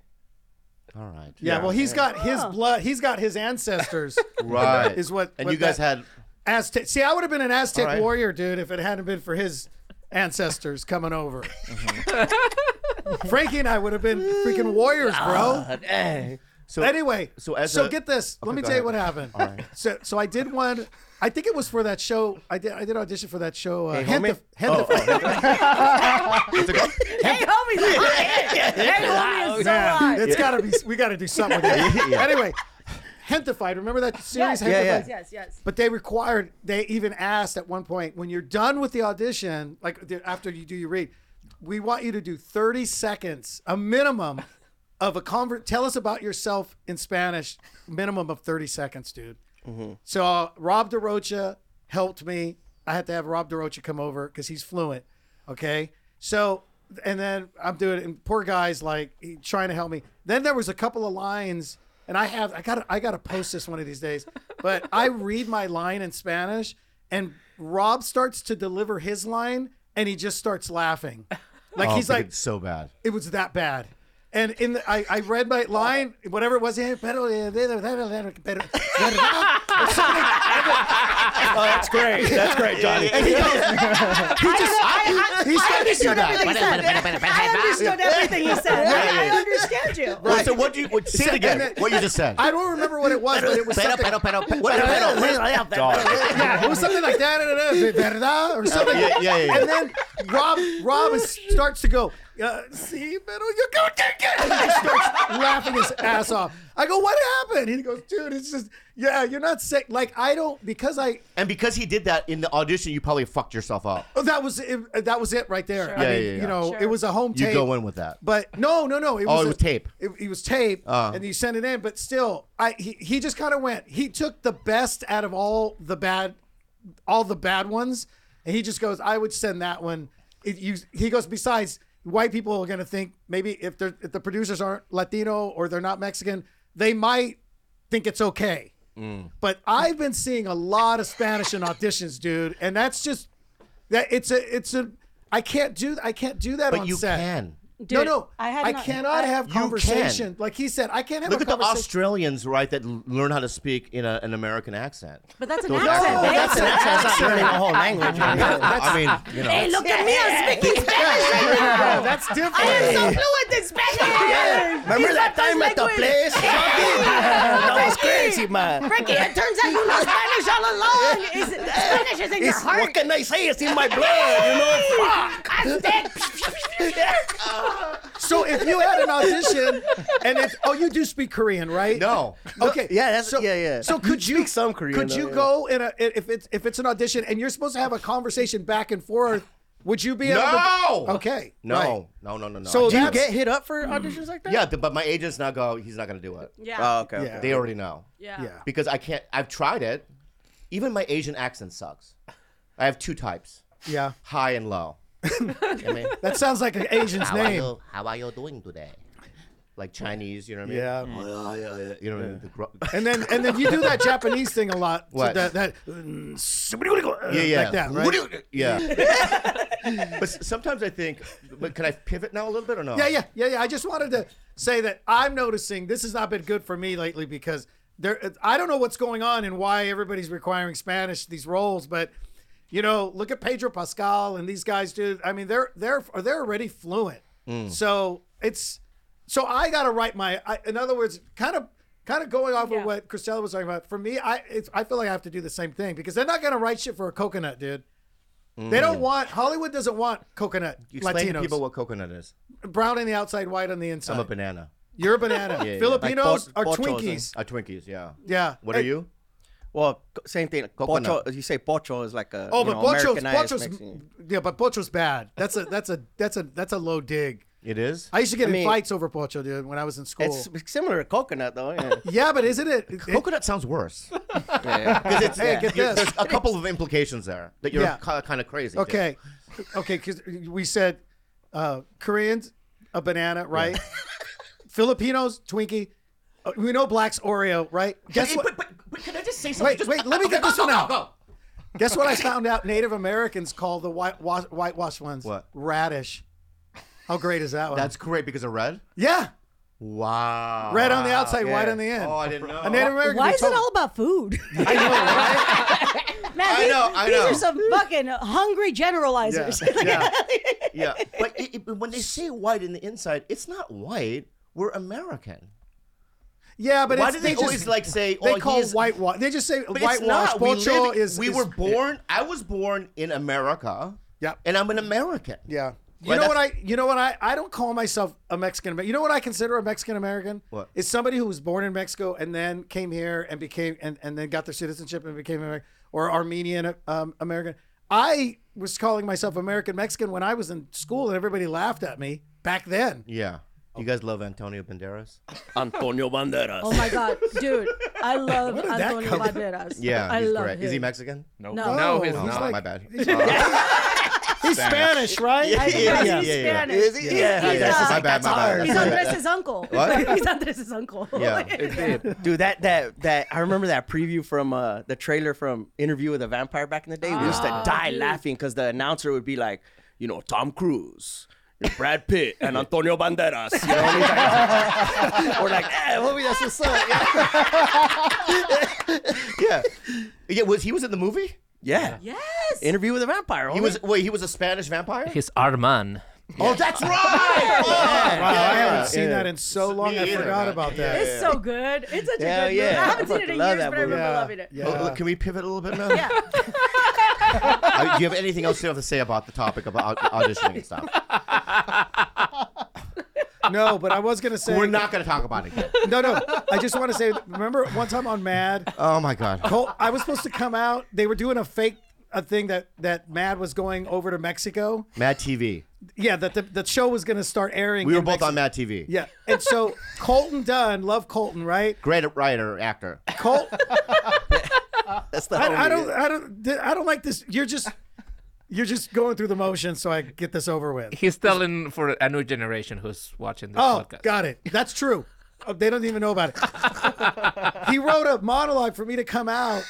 All right.
yeah. Well, he's got his blood. He's got his ancestors.
Right.
Is what-
And
what
you guys
that-
had.
Aztec. See, I would have been an Aztec
All right.
warrior, dude, if it hadn't been for his ancestors coming over.
Mm-hmm.
Ah. Uh,
Frankie and I would have been freaking warriors, bro.
Dang.
So
anyway,
so
so
as a-
get this.
Okay,
Let me
go
tell you
ahead.
what happened.
All right.
So so I did one. I think it was for that show. I did I did audition for that show. Uh,
Hey,
Hand
homie? Oh.
the- Hand the-
Hey, homie, hey, homie is so
Yeah,
hot.
It's gotta be. We gotta do something with it.
Yeah.
Anyway, Hentified. Remember that
Yes,
series?
yeah,
Hentified?
yes, yes, yes.
But they required, they even asked at one point, when you're done with the audition, like the- after you do your read, we want you to do 30 seconds, a minimum of a convert. Tell us about yourself in Spanish, minimum of 30 seconds, dude. So uh, Rob DeRocha helped me. I had to have Rob DeRocha come over because he's fluent. Okay. So, and then I'm doing it, and poor guy's like he, trying to help me. Then there was a couple of lines, and I have, I got, I got to post this one of these days. But I read my line in Spanish, and Rob starts to deliver his line, and he just starts laughing. Like
Oh,
he's
dude,
like,
it's so bad.
it was that bad. And in the, I, I read my line, whatever it was, "Eh, pero, eh, pero, pero, pero, pero, pero," or something. Oh,
That's great. That's great, Johnny.
He just
I,
he
I
started to do
understood
that.
everything he said. I understood everything he said. I I understand you.
So what do you what, say it again?
And then-
what you just said?
I don't remember what it was, but it was
Pero,
something.
pero, pero, pero, pero, pero, Dog.
yeah, it was something like that, da, da, da, da, da, da, or something.
yeah, yeah, yeah.
And then Rob Rob is, starts to go, uh, see, pero you go take it. And he starts laughing his ass off. I go, what happened? And he goes, dude, it's just, yeah, you're not sick. Like I don't because I
And because he did that in the audition, you probably fucked yourself up.
oh, that was it, that was it right there. I
Yeah,
mean,
yeah, yeah.
you know, it was a home
You
tape.
go in with that.
But no, no, no. It
Oh,
was
it
a-
was tape.
It, it was tape,
Uh.
and you sent it in. But still, I he, he just kind of went. He took the best out of all the bad, all the bad ones, and he just goes. I would send that one. If you, he goes. Besides, white people are gonna think maybe if they're if the producers aren't Latino or they're not Mexican, they might think it's okay.
Mm.
But I've been seeing a lot of Spanish in auditions, dude, and that's just that it's a it's a I can't do I can't do that
But
on
you
set.
can.
no,
Dude,
no,
I
I,
had not-
cannot
I-
have
can.
conversation. Like he said, I can't have
Look
a
at the
conversation.
Australians, right, that l- learn how to speak in a, an American accent.
But that's an
Those accents-
accent. They-
that's an accent. That's not learning a whole language. I mean, you know.
Hey, look at me. I'm speaking Spanish right now.
Yeah, that's different.
I am so fluent in Spanish.
Remember
These
that
fuckers
time at the
language.
place? that was crazy, man.
Ricky, it turns out you know Spanish all along. It's, Spanish is in your
It's- what
heart.
can I say? It's in my blood, you know.
I'm dead.
So if you had an audition and it's oh, you do speak Korean, right?
No.
Okay.
Yeah, that's
so,
yeah, yeah.
So could you
speak some Korean?
Could
though,
you
yeah.
go in a if it's if it's an audition and you're supposed to have a conversation back and forth? Would you be able
No!
to? Okay.
No,
right.
no, no, no, no.
So
I
Do you
That's-
get hit up for auditions like that?
Yeah, th- but my agent's not go. He's not gonna do it.
Oh, okay. okay.
Yeah.
They already know.
Yeah.
Because I can't. I've tried it. Even my Asian accent sucks. I have two types,
Yeah.
high and low. I mean,
That sounds like an Asian's
how are
name.
you? How are you doing today? Like Chinese, you know what I mean?
Mm.
Yeah.
Oh, yeah, yeah, yeah. You know what I mean? The gro-
And then and then you do that Japanese thing a lot. So
What?
that that mm,
yeah, yeah,
uh, like that,
What
right?
do you- yeah. but s- sometimes I think, but can I pivot now a little bit or no?
Yeah, yeah, yeah, yeah. I just wanted to say that I'm noticing this has not been good for me lately because there I don't know what's going on and why everybody's requiring Spanish these roles, but you know, look at Pedro Pascal and these guys, dude. I mean, they're they're they're already fluent.
Mm.
So it's so I gotta write my. I, in other words, kind of kind of going off
Yeah.
of what Christella was talking about. For me, I it's, I feel like I have to do the same thing because they're not gonna write shit for a coconut, dude. They don't want Hollywood doesn't want coconut
Explain Mm. to
Latinos.
people what coconut is.
Brown on the outside, white on the inside.
I'm a banana.
You're a banana.
yeah.
Filipinos
Like
are
bo- bochos,
Twinkies.
A Twinkies, yeah.
Yeah.
What are
And-
you?
Well, co- same thing.
Coconut.
Pocho, you say pocho is like a
Oh,
you
but
know,
Bocho's,
Americanized
Bocho's,
Mexican.
yeah, but Bocho's bad. That's a that's a that's a that's a low dig.
It is.
I used to get
I mean-
in fights over Bocho, dude, when I was in school.
It's similar to coconut though. Yeah.
yeah, but isn't it? it-
Coconut sounds worse.
Yeah, yeah.
Because it's
Hey, get
you-
this.
There's a couple of implications there that you're
Yeah.
kind of crazy. to.
okay, okay, because we said uh, Koreans a banana, right? Filipinos Twinkie. Uh, we know blacks Oreo, right? Guess
Hey,
what?
but, but, but can I just say something?
Wait,
Just-
wait, let me
okay,
get this
go,
one
go,
out.
go.
Guess what I found out Native Americans call the white wa- whitewash ones?
What?
Radish. How great is that one?
That's great because of red.
yeah.
Wow.
Red on the outside, white
yeah.
on the in.
Ah, Oh, I didn't know.
A Native American.
Why
they
is
told
it all about food?
I know, right?
Man,
I
these,
know, I
these
know.
are some fucking hungry generalizers.
yeah, yeah. But it, it, but when they say white in the inside, it's not white. We're American.
Yeah, but
why
it's,
do they,
just-
always like say
they
oh,
call
he's-
whitewash? They just say
But it's
whitewash.
not. We,
Pocho
live-
is
we
is-
were born. I was born in America.
Yep.
And I'm an American.
Yeah. You
Well,
know what I? You know what I? I don't call myself a Mexican American. You know what I consider a Mexican American?
What?
Is somebody who was born in Mexico and then came here and became and, and then got their citizenship and became American or Armenian um, American. I was calling myself American Mexican when I was in school and everybody laughed at me back then.
Yeah. You guys love Antonio Banderas?
Antonio Banderas.
Oh my god, dude! I love
did that
Antonio
come-
Banderas.
Yeah,
I
he's
love
great.
him.
Is he Mexican?
No,
No.
no, he's
Oh,
not.
like-
my bad.
he's
Uh,
He's Spanish, right?
Yeah,
I think
yeah,
he's
yeah, yeah, yeah.
Spanish.
Is he? Yeah.
He's,
that's-
uh,
my bad, my bad.
He's Andres' uncle.
What?
He's Andres' uncle.
Yeah.
It did.
Dude, that that that I remember that preview from uh, the trailer from Interview with a Vampire back in the day. We used
Ah,
to die laughing because the announcer would be like, you know, Tom Cruise, Brad Pitt, and Antonio Banderas. You know, and he's like, we're like, eh, movie that's what's up. Yeah.
yeah. Yeah, was he was in the movie?
yeah.
Yes.
Interview with a Vampire.
He was wait, he was a Spanish vampire?
He's Arman.
Oh, that's right.
Wow, I haven't seen that in so long. I
either,
forgot
man.
about that.
It's so good. It's such
Hell
a good movie. I
yeah. I
haven't seen it
fucking
in
love
years,
that
but I remember
movie. Yeah.
loving it.
Yeah.
Oh, look, can we pivot a little bit now?
Yeah.
Uh, do you have anything else to have to say about the topic of au- auditioning and stuff?
No, but I was gonna say
We're not going to talk about it again.
No, no. I just want to say. Remember one time on Mad,
Oh my god.
Col- I was supposed to come out. They were doing a fake a thing that that Mad was going over to Mexico.
Mad TV.
Yeah, that the, the show was going to start airing.
We were
in
both
Mexi-
on Mad TV.
Yeah, and so Colton Dunn, love Colton, right?
Great writer, actor.
Colt,
That's
Oh,
the
I, I
homie,
don't,
dude.
I don't, I don't like this. You're just, you're just going through the motions, so I get this over with.
He's telling for a new generation who's watching this
Oh,
podcast.
got it. That's true. Oh, they don't even know about it. he wrote a monologue for me to come out,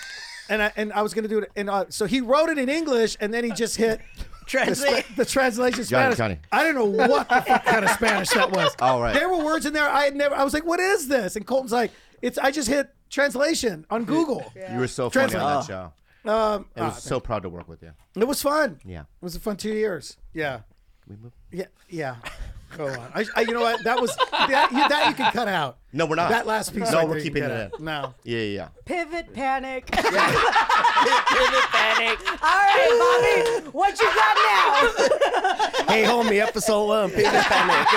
and I and I was gonna do it. And uh, so he wrote it in English, and then he just hit
Translate.
the translation Spanish.
Johnny.
I didn't know what the fuck kind of Spanish that was.
All right.
There were words in there I had never. I was like, "What is this?" And Colton's like, "It's I just hit translation on Google."
You were so funny on that
Translate.
show.
Um,
I was so proud to work with you.
it was fun.
Yeah.
It was a fun two years. Yeah.
Can we move?
Yeah. Yeah. Go on. I, I, you know what? That was that you, that you can cut out.
No, we're not.
That last piece.
No,
right
we're
there you
keeping
can
it
cut out.
in.
No.
Yeah, yeah,
Pivot panic. Pivot panic. All right, Bobby, what you got now?
Hey, homie, episode one. Pivot panic.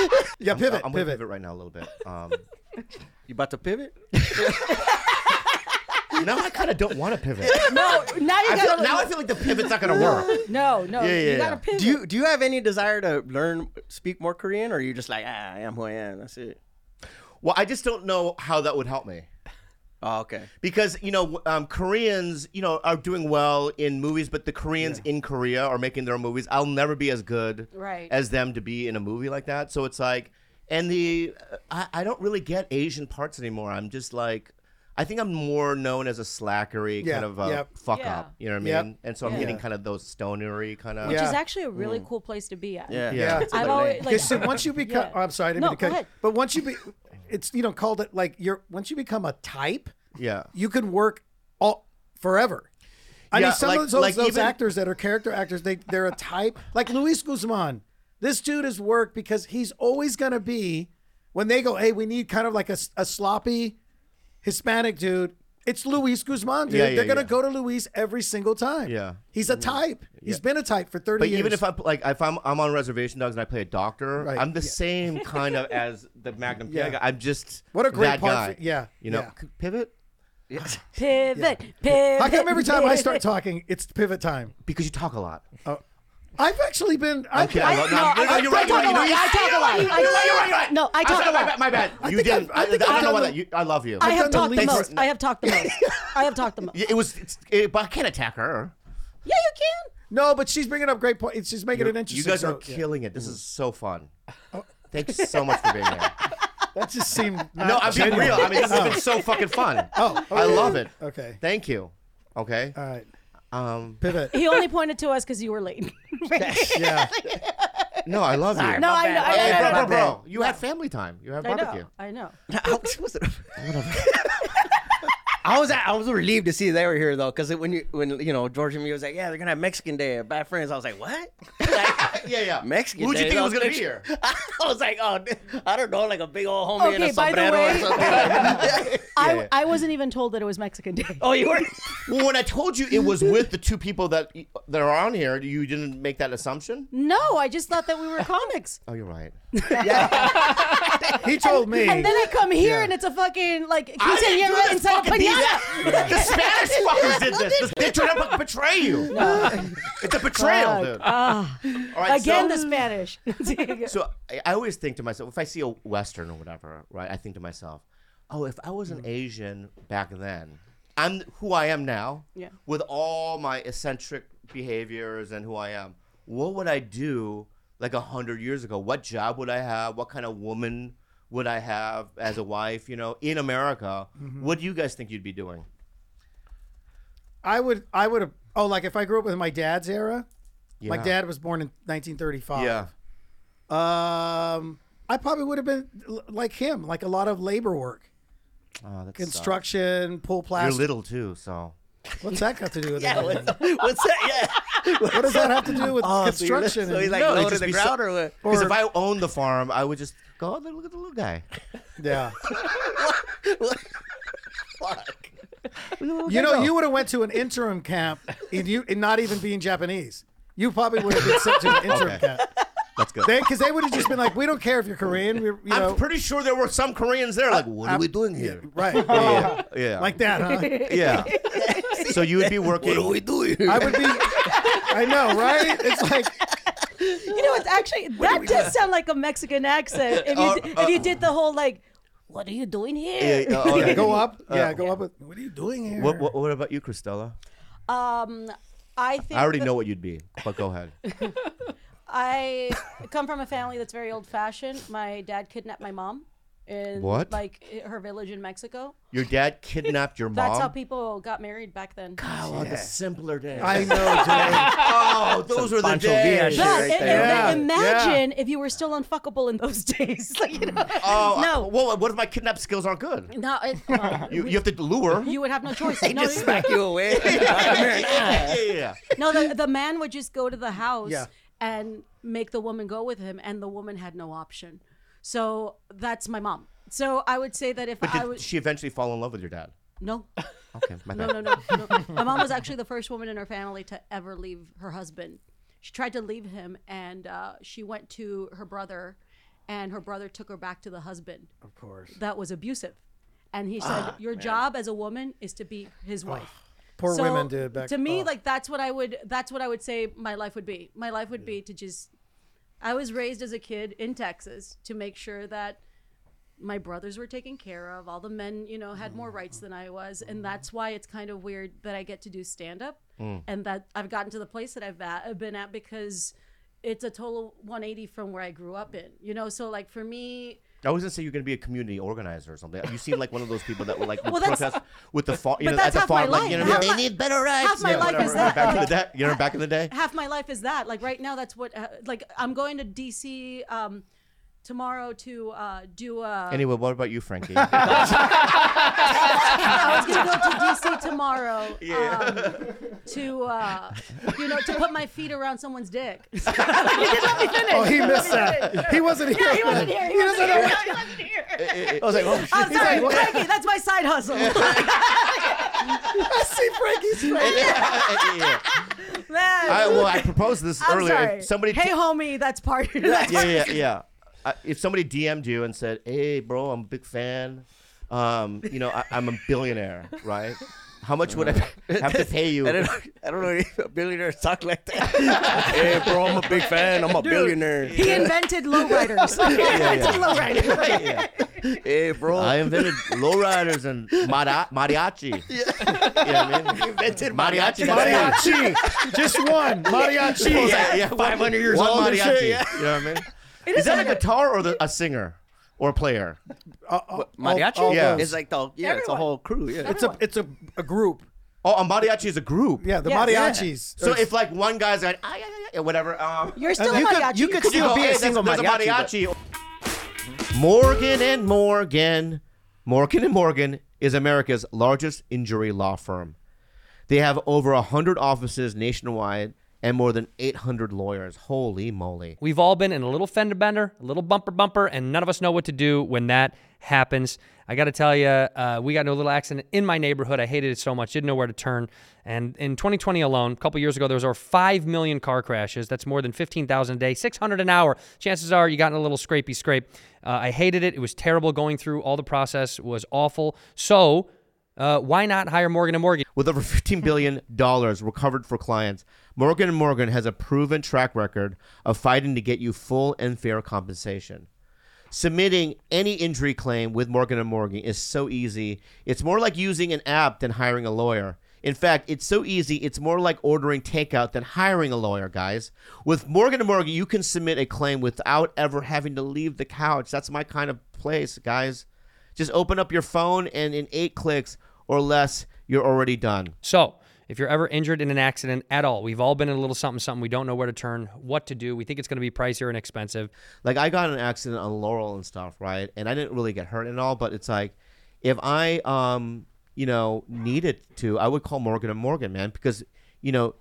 Yeah.
yeah.
Pivot.
I'm gonna
pivot.
pivot right now a little bit. Um,
You about to pivot?
now I kind of don't want to pivot.
No, now you
I feel,
gotta.
now I feel like the pivot's not gonna work.
no, no,
Yeah, yeah,
you gotta
yeah.
pivot.
Do you do you have any desire to learn speak more Korean, or are you just like ah, I am who I am. That's it.
Well, I just don't know how that would help me
Oh, okay.
because you know um, Koreans, you know, are doing well in movies, but the Koreans in Korea are making their own movies. I'll never be as good
Right.
as them to be in a movie like that. So it's like, and the uh, I, I don't really get Asian parts anymore. I'm just like. I think I'm more known as a slackery
Yeah,
kind of a
yep.
fuck
Yeah.
up, you know what I
Yep.
mean? And so I'm
Yeah.
getting kind of those stonery kind of.
Yeah.
Which is actually a really cool place to be at.
Yeah.
Yeah.
It's
I've
like-
always like.
Because see, once you become,
Yeah.
oh, I'm sorry, I didn't
No,
mean to
go
cut.
ahead.
But once you be, it's you know called it like you're once you become a type,
Yeah.
you could work all forever. I
Yeah,
mean, some
like-
of those,
like
those
even-
actors that are character actors, they they're a type. Like Luis Guzman, this dude has worked because he's always gonna be. When they go, hey, we need kind of like a, s- a sloppy Hispanic dude. It's Luis Guzman, dude.
Yeah, yeah,
they're gonna
yeah.
go to Luis every single time.
Yeah. Mm-hmm.
he's a type. He's been a type for thirty
But
years.
even if I like if I'm I'm on reservation dogs and I play a doctor,
Right.
I'm the
Yeah.
same kind of as the Magnum
Yeah.
PI guy. I'm just
What a great
that
part
guy.
for- yeah,
you know,
yeah.
C- pivot
Pivot, pivot.
How come every time I start
pivot.
talking, it's pivot time?
because you talk a lot.
I've actually been. I've,
kidding. I love-
No,
No,
I,
you're
I
right,
talk a
you're
lot.
right,
I talk a lot. I- No, I
I'm
talk
sorry,
a
my
lot.
bad, My bad. you
think
didn't.
I've- I
I,
think
I
I've
don't know why
done
that. You, I love you.
I have
done the
talked the
least-
most. I have talked the most. I have talked the most.
Yeah, it was. It's, it, but I can't attack her.
Yeah, you can.
no, but she's bringing up great points. She's making it interesting.
You guys are
so- yeah. Oh.
killing it. This is so fun. Thanks so much for being here.
That just seemed.
No,
not
I'm being
genuine.
real. I mean, this has
Oh,
been so fucking fun.
Oh, Uh,
I love it.
Okay.
Thank you. Okay.
all right.
Um.
Pivot.
He only pointed to us because you were late.
Yeah.
No, I love you.
No, I know. I
Hey,
know.
bro, bro, bro. You had family time. You had
I
barbecue.
know. I know.
Ouch, what's it- I was I was relieved to see they were here though, because when you when you know George and me was like, yeah, they're gonna have Mexican Day at Bad Friends. I was like, what?
yeah, yeah.
Mexican
Who'd you
Day?
think
I
was gonna be
picture-
here?
I was like, oh, I don't know, like a big old homie in a
Okay, by the
sombrero
way-
or something.
I, I wasn't even told that it was Mexican Day.
oh, you were.
Well, when I told you it was with the two people that that are on here, you didn't make that assumption.
No, I just thought that we were comics.
Oh, you're right.
He told me.
And then I come here and it's a fucking like quinceañera inside a piñata.
The Spanish fuckers did this. They tried to betray you. It's a betrayal, dude. All right,
Ah. Again,
so-
the Spanish.
So I, I always think to myself, if I see a Western or whatever, right? I think to myself, oh, if I was an
Mm.
Asian back then, I'm who I am now,
Yeah.
with all my eccentric behaviors and who I am. What would I do like a hundred years ago? What job would I have? What kind of woman would I have as a wife? You know, in America,
Mm-hmm.
what do you guys think you'd be doing?
I would I would have oh like if I grew up with my dad's era. My
Yeah.
dad uh, was born in 1935.
Yeah.
Um, I probably would have been l- like him, like a lot of labor work,
Oh, that sucks.
construction, pull
You're
plaster.
little too, so.
What's that got to do with
Yeah,
it?
what's, what's that? Yeah.
What does that have to do with
Oh, so you're-
construction?
So he's
and-
like
No, it'd
low to
just
the
be so-
ground or what?
Because
Or-
if I owned the farm, I would just go, oh, look at the little guy.
yeah.
Fuck.
You know, you would have went to an interim camp, and you, and not even being Japanese, you probably would have been sent to an interim
Okay.
camp.
Let's go.
They, because they would have just been like, "We don't care if you're Korean." We're, you know,
I'm pretty sure there were some Koreans there. Like, what are we doing here?
right?
Yeah, yeah,
Like that, huh?
yeah. so you would be working. What are we doing? Here?
I would be. I know, right? It's like
You know, it's actually that does sound like a Mexican accent. If you,
Uh,
d- if you did the whole like, what are you doing here?
yeah, go up. Yeah, go up. With, what are you doing
Oh,
here?
Uh, What, what, what about you, Christella?
Um, I think
I already
that
know what you'd be, but go ahead.
I come from a family that's very old-fashioned. My dad kidnapped my mom in
What?
like i- her village in Mexico.
Your dad kidnapped your mom.
That's how people got married back then.
Oh, the simpler days.
I know, dude.
oh, those were the
Pancho Villa
days.
shit.
But
right
i- i-
there.
Yeah,
imagine if you were still unfuckable in those days. Like, you know,
Oh,
no,
I- well, what if my kidnap skills aren't good?
no, it, well,
You, you have to lure.
you would have no choice. no,
Just smack you away.
yeah, yeah, yeah.
No, the, the man would just go to the house
Yeah.
and make the woman go with him, and the woman had no option. So that's my mom. So I would say that if I
Did
was
she eventually fall in love with your dad?
no,
Okay, my
no,
bad.
no, no, no. My mom was actually the first woman in her family to ever leave her husband. She tried to leave him, and uh, she went to her brother, and her brother took her back to the husband. Of course, Ah, that was abusive, and he said, "Your job as a woman is to be his wife."
Poor
So,
women did back.
to me
oh.
like that's what i would that's what i would say my life would be my life would be to just i was raised as a kid in texas to make sure that my brothers were taken care of all the men you know had more rights than i was
Mm.
and that's why it's kind of weird that i get to do stand up and that i've gotten to the place that i've at, been at because it's a total 180 from where i grew up in you know so like for me
I was gonna say you're gonna be a community organizer or something. You seem like one of those people that would like would
Well, that's-
protest with the farm. You
But
know,
that's
at the
half my
farm, like, you know,
life.
they
Half my-
need better rights.
half my
Yeah,
life
whatever.
is that,
Back in the
like-
day, you know, back in the day.
half my life is that like right now that's what uh, like i'm going to dc um tomorrow to uh do a
Anyway, what about you, Frankie?
I was gonna go to DC tomorrow um, to uh, you know to put my feet around someone's dick.
Oh, he missed that. He wasn't here.
He wasn't here. He, wasn't here. he wasn't here.
I was like, oh, shit.
I'm sorry, Frankie. That's my side hustle.
I see Frankie's face.
Yeah. I,
Man,
well, I proposed this
I'm
earlier.
sorry.
If somebody,
hey,
t-
homie, that's part. That's
yeah,
part-
yeah, yeah. Uh, if somebody DM'd you and said, "Hey, bro, I'm a big fan. Um, you know, I, I'm a billionaire, right? How much would I have to pay you?"
I don't, know, I don't know if a billionaire talk like that. hey, bro, I'm a big fan. I'm a billionaire.
He invented lowriders. He invented lowriders.
Yeah.
Hey, bro.
I invented lowriders and mara- mariachi. Yeah. I mean?
invented
Mariachi. that's me.
Mariachi. Just one. Mariachi.
Yeah, yeah, one-
500 years
one
old and
Mariachi.
shit, yeah.
You know what I mean? Is that a guitar or the, a singer or a player?
Mariachi?
All- all
Yeah.
those.
It's like the, yeah, it's a
Everyone.
whole crew. Yeah.
Uh, It's a it's a, a group.
Oh, a mariachi is a group.
Yeah, the
Yeah.
mariachis.
So if like one guy's like, ah, yeah, yeah, yeah, whatever, um,
You're still a
you could-
mariachi.
you could
you
still
go,
be a
"Hey, that's-
single
there's
mariachi,
mariachi. Morgan and Morgan, Morgan and Morgan is America's largest injury law firm. They have over 100 offices nationwide and more than 800 lawyers. Holy moly.
We've all been in a little fender bender, a little bumper bumper, and none of us know what to do when that happens. I got to tell you, uh, we got into a little accident in my neighborhood. I hated it so much, didn't know where to turn. And in 2020 alone, a couple years ago, there was over 5 million car crashes. That's more than 15,000 a day, 600 an hour. Chances are you got in a little scrapey scrape. Uh, I hated it. It was terrible going through. All the process was awful. So uh, why not hire Morgan & Morgan?
With over $15 billion recovered for clients, Morgan & Morgan has a proven track record of fighting to get you full and fair compensation. Submitting any injury claim with Morgan & Morgan is so easy. It's more like using an app than hiring a lawyer. In fact, it's so easy, it's more like ordering takeout than hiring a lawyer, guys. With Morgan & Morgan, you can submit a claim without ever having to leave the couch. That's my kind of place, guys. Just open up your phone and in 8 clicks or less, you're already done.
So, if you're ever injured in an accident at all, we've all been in a little something something. We don't know where to turn, what to do. We think it's going to be pricier and expensive.
like I got in an accident on Laurel and stuff, right? And I didn't really get hurt at all, but it's like if I um, you know, needed to, I would call Morgan and Morgan, man, because you know,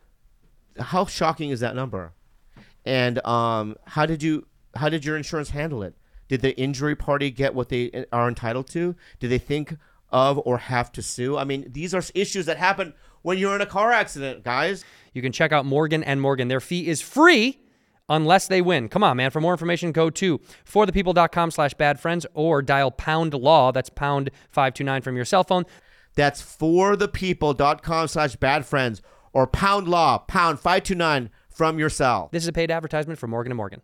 how shocking is that number? And um, how did you how did your insurance handle it? Did the injury party get what they eh, are entitled to? Do they think of or have to sue? I mean, these are issues that happen when you're in a car accident, guys.
You can check out Morgan and Morgan. Their fee is free unless they win. Come on, man. For more information, go to forthepeople.com slash bad friends or dial pound law. That's pound 529 from your cell phone.
That's forthepeople.com slash bad friends or pound law, pound 529 from your cell.
This is a paid advertisement for Morgan & Morgan.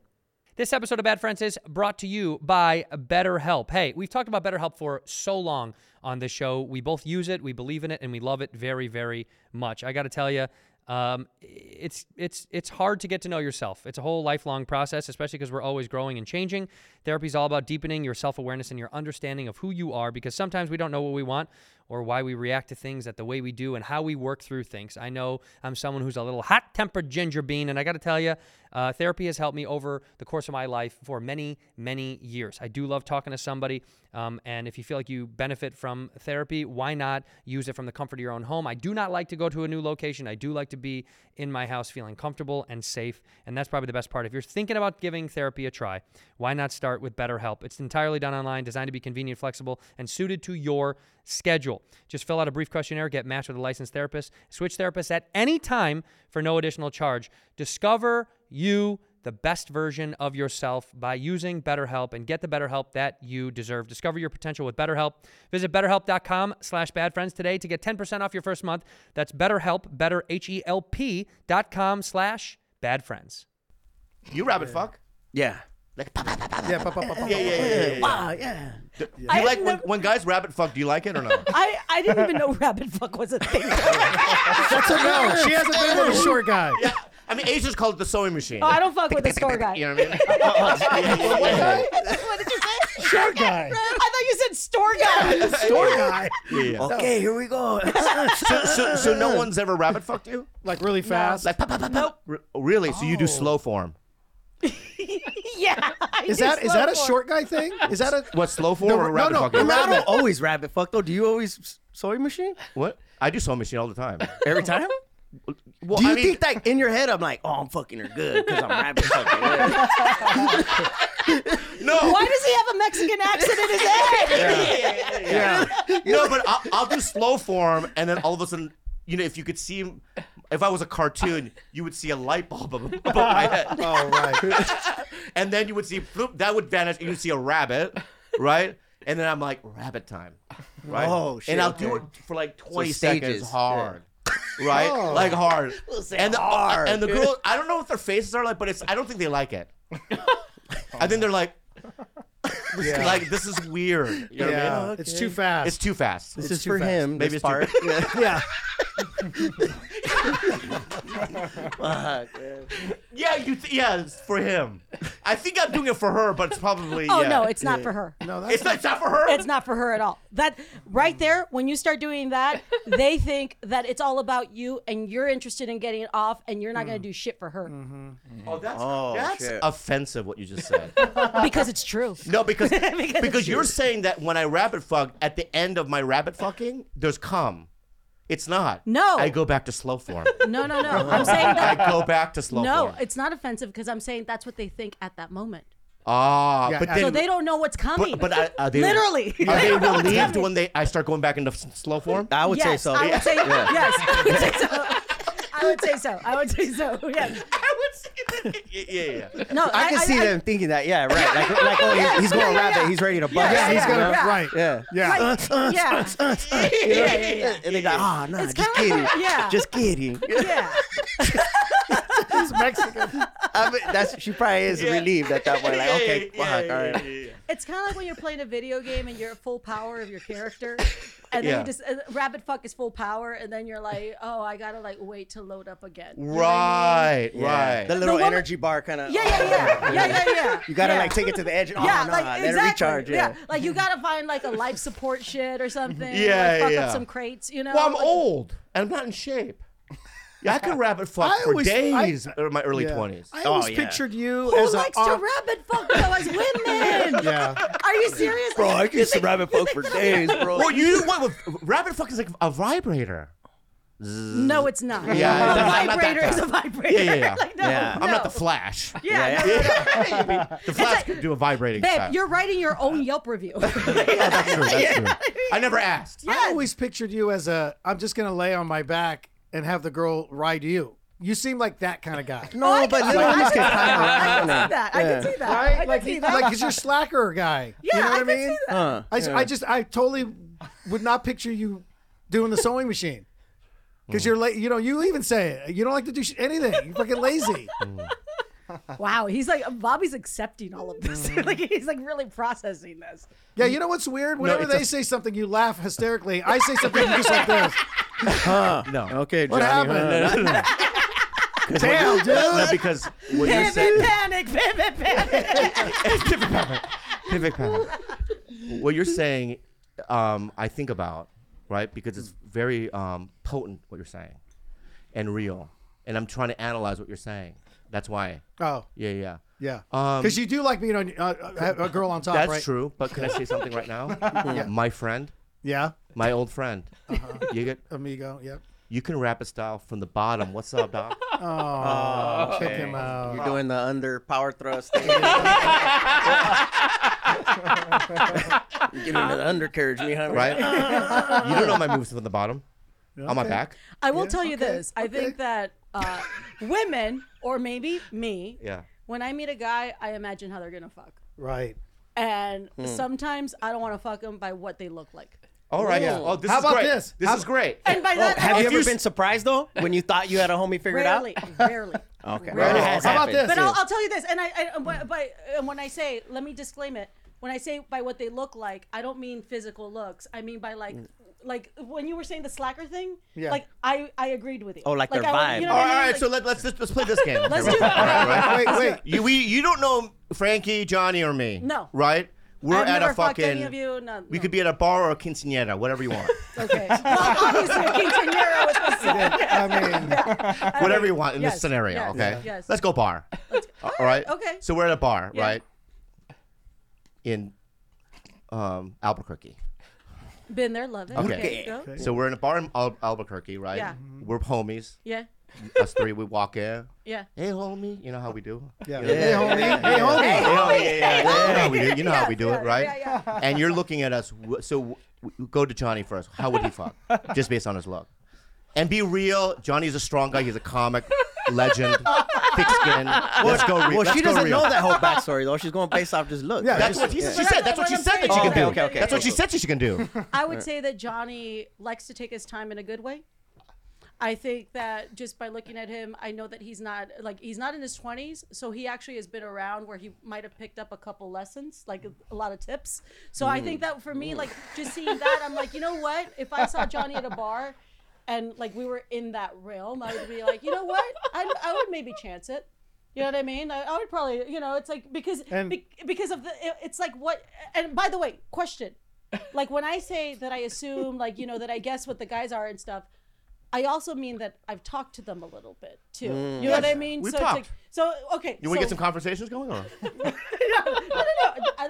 This episode of Bad Friends is brought to you by BetterHelp. Hey, we've talked about BetterHelp for so long on this show. We both use it, we believe in it, and we love it very, very much. I got to tell you, um, it's it's it's hard to get to know yourself. It's a whole lifelong process, especially because we're always growing and changing. Therapy is all about deepening your self awareness and your understanding of who you are, because sometimes we don't know what we want or why we react to things that the way we do and how we work through things. I know I'm someone who's a little hot tempered ginger bean, and I got to tell you, uh, therapy has helped me over the course of my life for many, many years. I do love talking to somebody, um, and if you feel like you benefit from therapy, why not use it from the comfort of your own home? I do not like to go to a new location. I do like to be in my house feeling comfortable and safe, and that's probably the best part. If you're thinking about giving therapy a try, why not start with BetterHelp? It's entirely done online, designed to be convenient, flexible, and suited to your schedule. Just fill out a brief questionnaire, get matched with a licensed therapist, switch therapists at any time for no additional charge. Discover you the best version of yourself by using BetterHelp and get the BetterHelp that you deserve. Discover your potential with BetterHelp. Visit betterhelp.com slash badfriends today to get 10% off your first month. That's betterhelp, better, H-E-L-P dot com slash badfriends.
You rabbit fuck.
Yeah.
Yeah, pa- pa- pa- pa-
Yeah, yeah, yeah. yeah, yeah.
Wow, yeah.
Do
I
you like
have
when,
never-
when guys rabbit fuck? Do you like it or not?
I, I didn't even know rabbit fuck was a thing. Oh,
That's a no. She hasn't been with a short guy.
I mean, Asians call it the sewing machine.
I don't fuck with the store guy.
you know what I mean?
What did you say?
Short guy.
I thought you said store guy.
Short guy.
Okay, here we go.
so, so, so no one's ever rabbit fucked you?
Like really fast.
Like, pop, pop, pop, pop. Re- really? So you do slow form?
yeah. I
is
do
that is
slow
that a
form.
short guy thing? Is that a
What, slow form or rabbit
no,
fuck?
no,
you?
I don't always rabbit fuck though. Do you always s- sewing machine
What? I do sewing machine all the time.
every time?
Well,
Do you
I mean,
think that in your head I'm like, oh, I'm fucking her good because I'm rabbit fucking? her."
no.
Why does he have a Mexican accent in his head?
No, but I'll, I'll do slow form, and then all of a sudden, you know, if you could see, him- if I was a cartoon, you would see a light bulb ab- above my head,
Oh right.
and then you would see bloop, that would vanish, and you'd see a rabbit, right? And then I'm like, rabbit time, right?
Oh, shit,
And I'll do it
okay.
for like 20
stages, Oh.
seconds hard. Right, like hard, and the,
hard.
and the girl. I don't know what their faces are like, but it's. I don't think they like it. I think they're like, like this is weird. You know what I mean?
Yeah. It's too fast.
It's too fast.
This is for him.
Maybe
this
it's too
part. Yeah.
yeah.
Fuck, man. yeah, you. Th- yeah, it's for him. I think I'm doing it for her, but it's probably.
Oh
yeah.
no, it's not for her.
No, that's
It's not, it's not for her.
It's not for her at all. That right there, when you start doing that, they think that it's all about you and you're interested in getting it off and you're not gonna do shit for her.
Oh, that's
Oh,
that's
shit.
offensive. What you just said.
Because it's true.
No, because
Because
because,
it's
you're
you.
saying that when I rabbit fuck, at the end of my rabbit fucking, there's cum. It's not.
No.
I go back to slow form.
No, no, no. I'm saying
I
that
go back to slow
No,
form.
it's not offensive because I'm saying that's what they think at that moment.
Ah,
Yeah,
but
I-
then
So they don't know what's coming.
but, but I- are they
Literally.
are
They
they
don't know what's
relieved
coming.
when they I start going back into s- slow form?
I would
yes,
say so.
I would say yes. I would say so. I would say so. I would say so. Yes.
I would say that. Yeah, yeah, yeah.
No,
I can see them thinking that. Yeah, right. Like, like oh, he's- he's going to rabbit. He's ready to bust.
Yeah, he's
yeah,
gonna
yeah.
right. Uh,
Yeah.
Yeah.
uh,
Yeah. yeah, yeah, yeah.
And they got, ah, nah,
It's
just
kinda
kidding.
like- yeah.
Just kidding.
Yeah.
He's Mexican.
I mean, that's she probably is relieved at that point. Like,
Yeah,
okay,
yeah,
fuck,
yeah,
all right.
yeah, yeah, yeah.
It's kind of like when you're playing a video game and you're at full power of your character, and then
Yeah.
you just uh, rabbit fuck is full power, and then you're like, oh, I gotta like wait to load up again. You know what I mean?
Right, right.
The little
woman-
energy bar kind of.
Yeah, yeah, yeah, yeah, yeah, yeah.
You gotta
yeah.
like take it to the edge. Oh,
Yeah,
nah,
like
let
exactly.
it recharge. Yeah.
like you gotta find like a life support shit or something.
Yeah,
like, fuck
yeah.
up some crates, you know.
well, I'm
Like-
old and I'm not in shape. Yeah, I can rabbit fuck
I
for
always- I-
days in my early
Yeah.
20s.
I always
oh, yeah.
pictured you
Who
as a
likes to
ar-
rabbit fuck though as women?
Yeah.
Are you serious?
Bro, I can survive a fuck for days, bro.
Well, you know what? Rabbit fuck is like a vibrator.
No, it's not.
Yeah,
a
it's not- not that
vibrator is a
kind. Yeah,
vibrator.
yeah, yeah.
like, no,
Yeah.
I'm not
no.
the Flash.
Yeah,
Yeah,
no, no, no.
The Flash could do a vibrating.
Babe,
style.
you're writing your own Yelp review.
Yeah, that's true. That's true. I never asked.
I always pictured you as a I'm just gonna lay on my back and have the girl ride you. You seem like that kind of guy.
no, but
I
little
can
ones
see
can
that.
climb
I
around.
can see
and-
that. I can see that. I can
Like,
see
like,
that.
cause you're a slacker guy.
yeah,
you know what I,
I can
mean?
see that.
Huh.
I, s- I just I totally would not picture you doing the sewing machine because you're late. You know, you even say it. You don't like to do sh- anything. You're fucking lazy.
Mm.
Wow, he's like Bobby's accepting all of this. like he's like really processing this.
Yeah, you know what's weird? Whenever
it's
they
a-
say something, you laugh hysterically. I say something you just like this.
No.
Okay,
What
Johnny.
happened?
huh?
Damn, dude.
No, because what you're
Pivot
saying,
panic, pivot panic.
Pivot pivot. what you're saying, um, I think about, right? Because it's very um, potent what you're saying, and real. And I'm trying to analyze what you're saying. That's why.
Oh,
Yeah, yeah.
yeah.
Um,
Because you do like being on uh, a a girl on top,
That's
right?
true. But can I say something right now? My friend,
Yeah,
my old friend.
Uh-huh.
You get,
amigo. Yep.
you can rap a style from the bottom. What's up, dog?
Oh, check him out.
You're doing the under power thrust thing. You're giving me the undercarriage, me, huh?
right? you don't know my moves from the bottom. On my back.
I will tell you this. I
okay.
think that uh, women, or maybe me,
Yeah.
when I meet a guy, I imagine how they're gonna fuck.
Right.
And
Hmm.
sometimes I don't want to fuck them by what they look like.
All right. Oh, this
How
is
about
great.
this?
This
How-
is great.
And by that,
Oh, Have
I
you ever been surprised though when you thought you had a homie figured
rarely,
out?
rarely.
Okay.
Rarely.
It has
How about
happened.
this?
But I'll, I'll tell you this, and I, I but, but and when I say, let me disclaim it. When I say by what they look like, I don't mean physical looks. I mean by
Mm.
like, like when you were saying the slacker thing.
Yeah.
Like I, I agreed with you.
Oh, like their
I-
vibe.
You know
All
what
right,
I mean? Like,
so let, let's just, let's play this game.
Let's do that.
Wait, wait.
You we you don't know Frankie, Johnny, or me.
No.
Right? We're
I've
at
never
a
fucked
fucking.
any of you. No,
We
no.
could be at a bar or a quinceanera, whatever you want,
Okay. Well, obviously, a quinceanera was the same.
I mean,
whatever you want in
Yes,
this scenario.
yes,
okay.
yes.
Let's go bar. All right.
okay.
So we're at a bar,
Yeah.
right? In um, Albuquerque.
Been there, love it.
Okay.
Okay. go.
So we're in a bar in Al- Albuquerque, right? Mm-hmm.
Yeah.
We're homies.
Yeah.
Us three, we walk in.
Yeah.
Hey, homie. You know how we do.
yeah.
You know,
Hey, homie. Hey, homie.
Hey, homie. Yeah, yeah, yeah. You know
homie.
how we do. You know how we
Yes,
do
yeah,
it, right?
yeah,
And you're looking at us. wh- So w- w- go to Johnny first. How would he fuck? Just based on his look. And be real. Johnny's a strong guy. He's a comic legend. Thick skin. Let's go real.
Well,
Let's
she
go
doesn't
real.
know that whole backstory though. She's going based off just look.
Yeah,
right?
That's what he,
Yeah.
she said. That's what she said that she
Oh,
can
okay,
do.
okay, okay.
That's what she said that she can do.
I would say that Johnny likes to take his time in a good way. I think that just by looking at him, I know that he's not like he's not in his twenties, so he actually has been around where he might have picked up a couple lessons, like a lot of tips. So I think that for me, like just seeing that, I'm like, you know what? If I saw Johnny at a bar, and like we were in that realm, I would be like, you know what? I, I would maybe chance it. You know what I mean? I, I would probably, you know, it's like because
And-
be- because of the it- it's like what. And by the way, question, like when I say that I assume, like you know, that I guess what the guys are and stuff. I also mean that I've talked to them a little bit too.
Mm.
You know what I
Yes,
mean?
we've
so it's
talked.
like so okay.
You want
so,
to get some conversations going on?
no, no, no, no. I,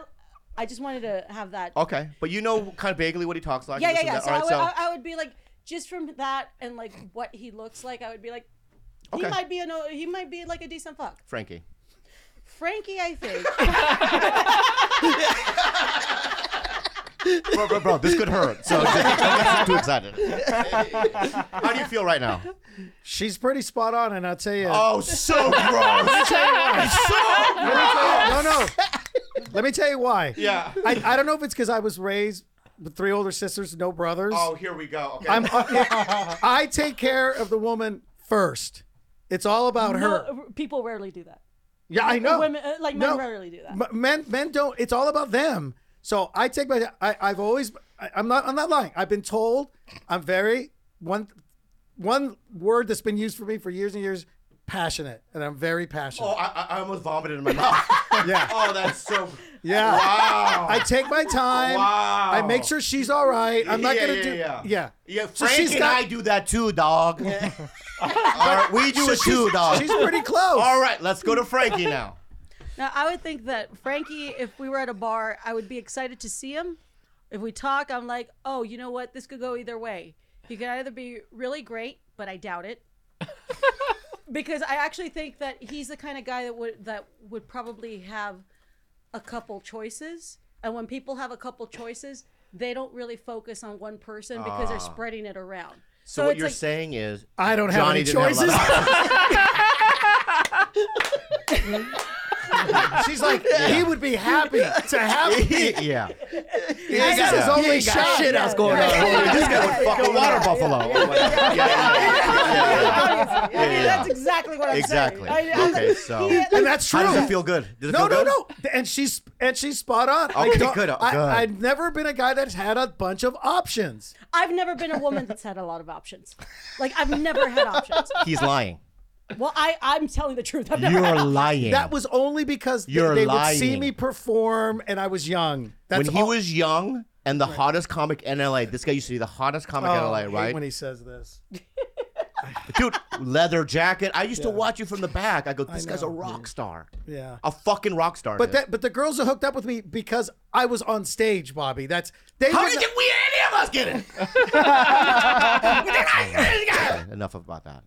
I just wanted to have that.
Okay, but you know kind of vaguely what he talks like.
yeah,
and
yeah,
this
yeah.
and
So,
that.
I, would,
All right,
I, I would be like, just from that and like what he looks like, I would be like, he
Okay.
might be an, o- he might be like a decent fuck.
Frankie.
Frankie, I think.
bro, bro, bro, this could hurt. So just, I'm too excited. How do you feel right now?
She's pretty spot on, and I'll tell you.
Oh, so gross.
Let me tell you
So
why. Let me tell you- no, no. Let me tell you why.
Yeah.
I, I don't know if it's because I was raised with three older sisters, no brothers.
Oh, here we go. Okay.
I'm, uh, I take care of the woman first. It's all about her.
No, people rarely do that.
Yeah, I know.
Women, uh, like men, rarely do that.
M- men, men don't. It's all about them. So I take my. I, I've always. I, I'm not. I'm not lying. I've been told. I'm very one. One word that's been used for me for years and years. Passionate, and I'm very passionate.
oh, I, I- I almost vomited in my mouth.
Yeah.
Oh, that's so.
Yeah.
Wow.
I take my time.
Wow.
I make sure she's all right. I'm not
Yeah,
gonna
yeah,
do.
yeah.
yeah.
Yeah,
So
Frank
she's
and
got-
I do that too, dog. All right, we do it too, dog.
She's pretty close.
All right, let's go to Frankie now.
Now, I would think that Frankie, if we were at a bar, I would be excited to see him. If we talk, I'm like, oh, you know what? This could go either way. He could either be really great, but I doubt it. because I actually think that he's the kind of guy that would that would probably have a couple choices. And when people have a couple choices, they don't really focus on one person because they're spreading it around.
Ah. So,
So
what
it's
you're
like-
saying is,
I don't have
Johnny
any
didn't have a lot
choices.
of
She's like, he would be happy to have me.
yeah.
This is his only
He ain't got
shot.
shit else going on. This guy would fuck a water buffalo. Yeah, yeah, yeah, yeah, yeah,
I mean,
yeah,
that's
yeah.
exactly what I'm
Exactly.
saying. I- I-
Okay, so
And that's true.
how does it feel good? Does it
No,
feel
no,
good?
no. And she's and she's spot on.
Okay,
I don't-
good,
I,
good.
I've never been a guy that's had a bunch of options.
I've never been a woman that's had a lot of options. Like I've never had options.
He's lying.
Well, I I'm telling the truth. I've never had
You're
options.
lying.
That was only because they,
You're
they would see
lying.
me perform, and I was young. That's
when he
all-
was young and the hottest comic in LA. This guy used to be the hottest comic
Oh,
in
I
LA,
hate
right?
When he says this,
Dude, leather jacket. I used to watch you from the back. I go, this guy's a
know,
rock star.
yeah.
A fucking rock star.
But
dude.
that, but the girls are hooked up with me because I was on stage, Bobby. That's they.
How
would
did
not-
we any of us get it? We did not get it. Okay, Enough about that.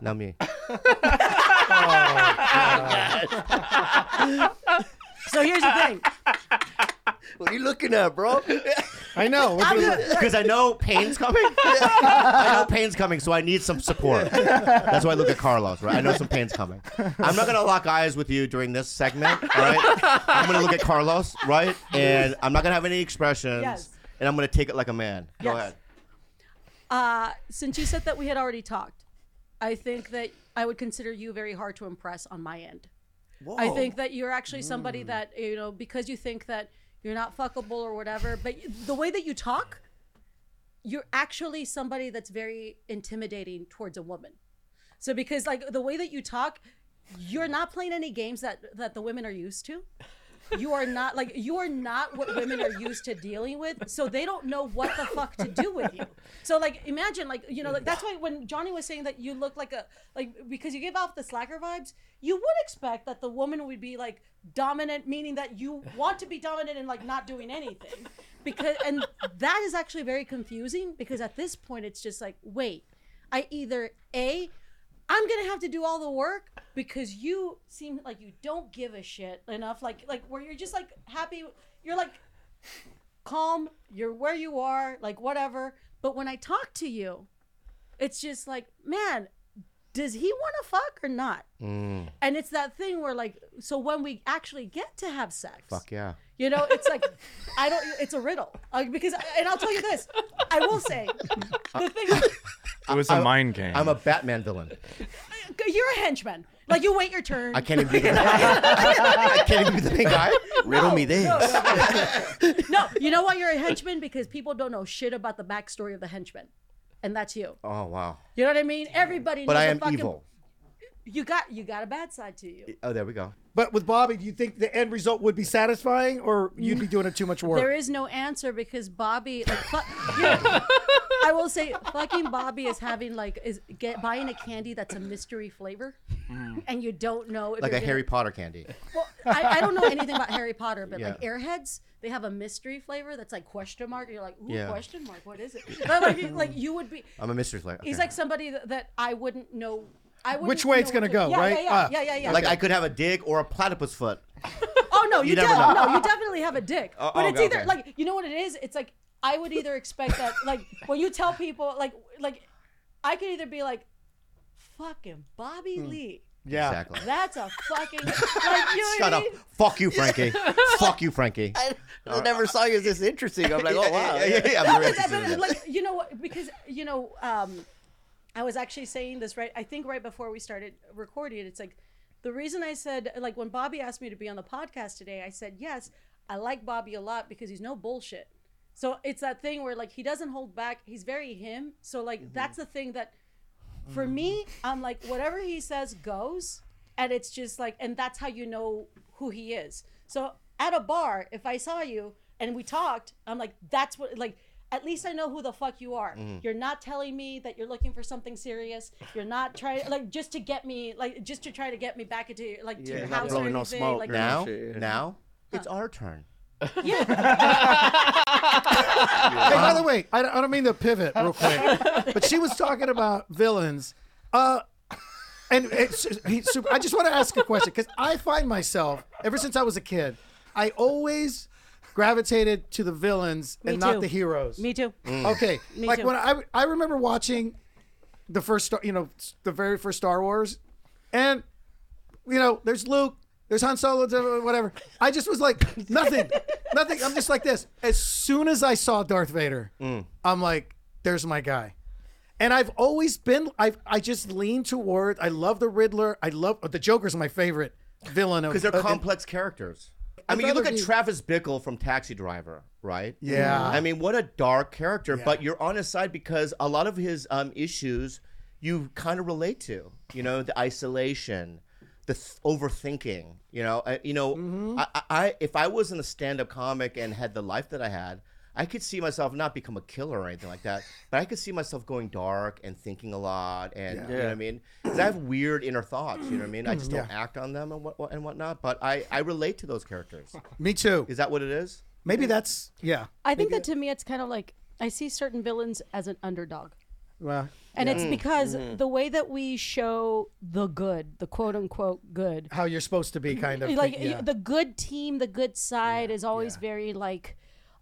Now me.
So here's the thing.
What are you looking at, bro?
I know. What do you-
Because I know pain's coming. I know pain's coming, so I need some support. That's why I look at Carlos, right? I know some pain's coming. I'm not gonna lock eyes with you during this segment, all right? I'm gonna look at Carlos, right? And I'm not gonna have any expressions.
Yes.
And I'm gonna take it like a man. Go
Yes.
ahead.
Uh, since you said that we had already talked, I think that I would consider you very hard to impress on my end. I think that you're actually somebody that you know because you think that you're not fuckable or whatever, but y- the way that you talk, you're actually somebody that's very intimidating towards a woman. So because like the way that you talk, you're not playing any games that that the women are used to. You are not like you are not what women are used to dealing with, so they don't know what the fuck to do with you. So like imagine like you know like that's why when Johnny was saying that you look like a like because you give off the slacker vibes, you would expect that the woman would be like dominant, meaning that you want to be dominant and like not doing anything. Because and that is actually very confusing because at this point it's just like wait, I either a I'm gonna have to do all the work because you seem like you don't give a shit enough. Like like where you're just like happy. You're like calm. You're where you are. Like whatever. But when I talk to you, it's just like man, does he want to fuck or not?
Mm.
And it's that thing where like so when we actually get to have sex,
Fuck yeah.
you know, it's like I don't. It's a riddle like, because and I'll tell you this. I will say the thing.
It was a mind game.
I'm a Batman villain.
You're a henchman. Like you wait your turn.
I can't even be the I can't even be the main guy.
Riddle
Oh,
me this.
No, you know why you're a henchman? Because people don't know shit about the backstory of the henchman. and that's you.
Oh wow.
You know what I mean? Everybody.
But
knows
I
a
am
fucking-
evil.
You got you got a bad side to you.
Oh, there we go.
But with Bobby, do you think the end result would be satisfying, or you'd be doing it too much work?
There is no answer because Bobby, like, fu- you know, I will say, fucking Bobby is having like is get buying a candy that's a mystery flavor, and you don't know if
Like
you're
a
gonna-
Harry Potter candy.
I, I don't know anything about Harry Potter, but like
Yeah.
Airheads, they have a mystery flavor that's like question mark. You're like, ooh,
Yeah.
question mark, what is it? But like, you- like you would be.
I'm a mystery flavor.
He's
Okay.
like somebody that, that I wouldn't know. I wouldn't
Which way it's
know
gonna
what
go,
yeah,
right?
Yeah, yeah,
Ah.
yeah, yeah, yeah.
Like I could have a dig or a platypus foot.
Oh no, you,
You never
don't.
know.
No, you definitely have a dick.
Oh,
but
oh,
it's
okay,
either
okay.
like you know what it is. It's like I would either expect that like when you tell people like like I could either be like fucking Bobby
Hmm.
Lee.
yeah.
Exactly.
That's a fucking like you know
Shut
what I
up.
mean?
Fuck you, Frankie. Fuck you, Frankie.
I, I never saw you as this interesting. I'm like, oh wow.
Yeah, yeah, yeah, I'm
No,
very
but that-
interested in
but,
that.
like you know what? Because you know, um, I was actually saying this right. I think right before we started recording, it's like the reason I said like when Bobby asked me to be on the podcast today, I said yes. I like Bobby a lot because he's no bullshit. So it's that thing where like he doesn't hold back. He's very him. So like
Mm-hmm.
that's the thing that for me, I'm like whatever he says goes, and it's just like, and that's how you know who he is. So at a bar, if I saw you and we talked, I'm like, that's what like. At least I know who the fuck you are.
Mm-hmm.
You're not telling me that you're looking for something serious. You're not trying like just to get me like just to try to get me back into your like to
Yeah,
your
not
house or
blowing
anything.
no smoke
like,
or
Now,
Shit.
now it's our turn.
Hey, by
Uh-huh.
the way, I don't, I don't mean to pivot real quick, but she was talking about villains. Uh, and it's, he, super, I just want to ask a question because I find myself, ever since I was a kid, I always gravitated to the villains
Me
and not
too.
the heroes.
Me too.
Mm.
Okay, like
too.
when I I remember watching the first Star, you know, the very first Star Wars, and you know, there's Luke, there's Han Solo, whatever. I just was like nothing, nothing. I'm just like this. As soon as I saw Darth Vader,
Mm.
I'm like, there's my guy. And I've always been, I I just lean toward. I love the Riddler. I love oh, the Joker's my favorite villain of
Because they're
of-
complex characters. I mean, you
Uh, rather
look at
be-
Travis Bickle from Taxi Driver, right?
Yeah.
I mean, what a dark character, but you're on his side because a lot of his um, issues you kind of relate to. You know, the isolation, the th- overthinking. You know, I, you know, I, I, I if I wasn't a stand-up comic and had the life that I had. I could see myself not become a killer or anything like that, but I could see myself going dark and thinking a lot, and you know what I mean. 'Cause I have weird inner thoughts, you know what I mean. I just don't act on them and what, what and whatnot, but I I relate to those characters.
Me too.
Is that what it is?
Maybe that's yeah.
I think that to me, it's kind of like I see certain villains as an underdog.
Well,
And
Mm.
it's because
Mm-hmm.
the way that we show the good, the quote unquote good,
how you're supposed to be, kind of
like
yeah.
the good team, the good side is always very like,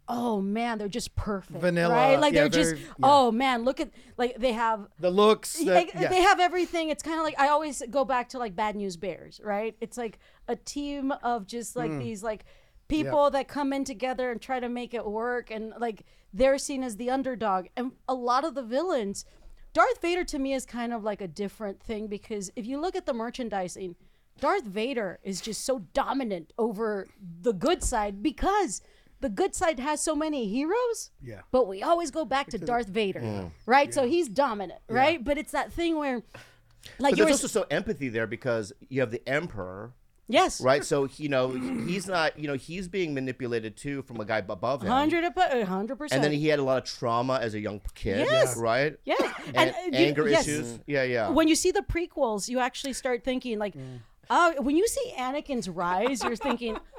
oh man, they're just perfect,
Vanilla,
right? Like
yeah,
they're just,
very- yeah.
oh man, look at like they have.
the looks. The,
like,
yeah.
They have everything. It's kind of like I always go back to like Bad News Bears, right? It's like a team of just like these like people that come in together and try to make it work, and like they're seen as the underdog. And a lot of the villains, Darth Vader to me is kind of like a different thing because if you look at the merchandising, Darth Vader is just so dominant over the good side because. The good side has so many heroes,
Yeah.
but we always go back to Darth Vader,
Mm.
right? So he's dominant, right? But it's that thing where, like,
But
you
there's
were,
also so empathy there because you have the emperor,
yes,
right? So you know he's not, you know, he's being manipulated too from a guy above him.
hundred percent.
And then he had a lot of trauma as a young kid,
Yes.
right?
yes,
And,
uh, you-
anger
yes.
issues. Yeah, yeah. Mm.
When you see the prequels, you actually start thinking like, oh, when you see Anakin's rise, you're thinking,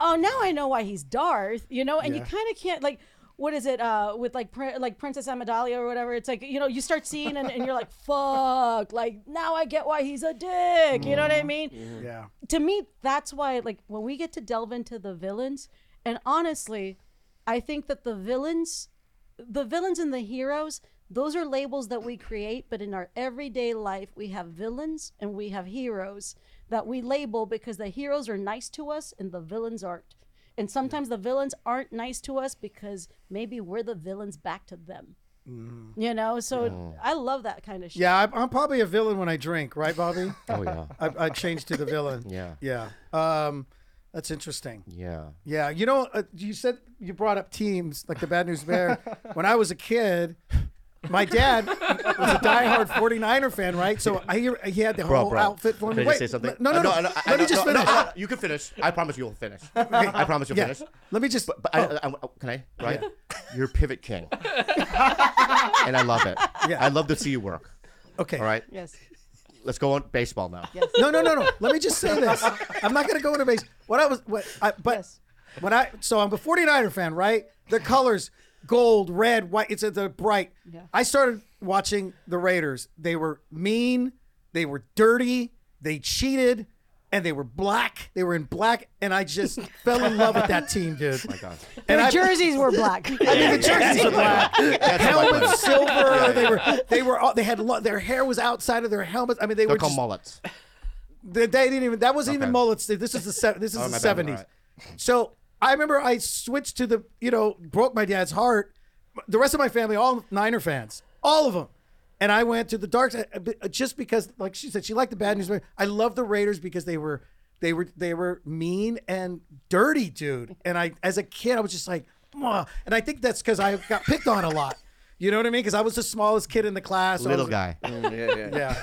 oh, now I know why he's Darth, you know, and you kind of can't like. What is it uh, with like prin- like Princess Amidala or whatever? It's like you know you start seeing and, and you're like fuck like now I get why he's a dick. You know what
Mm-hmm.
I mean?
yeah.
to me that's why like when we get to delve into the villains and honestly i think that the villains the villains and the heroes those are labels that we create but in our everyday life we have villains and we have heroes that we label because the heroes are nice to us and the villains aren't and sometimes the villains aren't nice to us because maybe we're the villains back to them you know so i love that kind of shit
Mm-hmm. Yeah, I'm, I'm probably a villain when I drink, right, Bobby?
Oh yeah.
I, I changed to the villain.
Yeah.
Yeah. Um, that's interesting.
Yeah.
Yeah. You know, uh, you said you brought up teams like the Bad News Bear. when I was a kid, My dad was a diehard 49er fan, right? So I hear he had the
Bro,
whole
bro.
outfit for me.
Can I
Wait,
just say something?
No, no,
Uh,
no.
no,
Let me
no,
just
no, no,
finish.
no, no, You can finish. I promise you'll finish. I promise you'll
Yeah.
finish.
Let me just. Oh,
But I, I, I- can I? Right? You're pivot king, and I love it.
Yeah.
I love to see you work.
Okay.
All right.
Yes.
Let's go on baseball now.
No, no, no, no. Let me just say this. I'm not going to go into base. What I was, what I, but when I, so I'm a 49er fan, right? The colors, gold, red, white. It's a, the bright. I started watching the Raiders. They were mean. They were dirty. They cheated, and they were black. They were in black, and I just fell in love with that team, dude.
Oh
my God. And
Their
I,
jerseys were black.
I mean, the jerseys were black. Helmets silver.
Yeah,
They
yeah.
were. They were. All, they had. Lo- their hair was outside of their helmets. I mean, they
They're
were
called
just
mullets.
they, they didn't even. That wasn't even
Okay.
mullets. This is the se- this is
Oh,
the
my bad. All
seventies. So I remember I switched to the you know broke my dad's heart. The rest of my family all Niner fans, all of them, and I went to the dark side uh, b- uh, just because, like she said, she liked the bad news. I love the Raiders because they were they were they were mean and dirty, dude. And I as a kid I was just like, "Mwah." and I think that's because I got picked on a lot. You know what I mean? Because I was the smallest kid in the class. I
Little
was-
guy.
Mm,
yeah, yeah.
Yeah.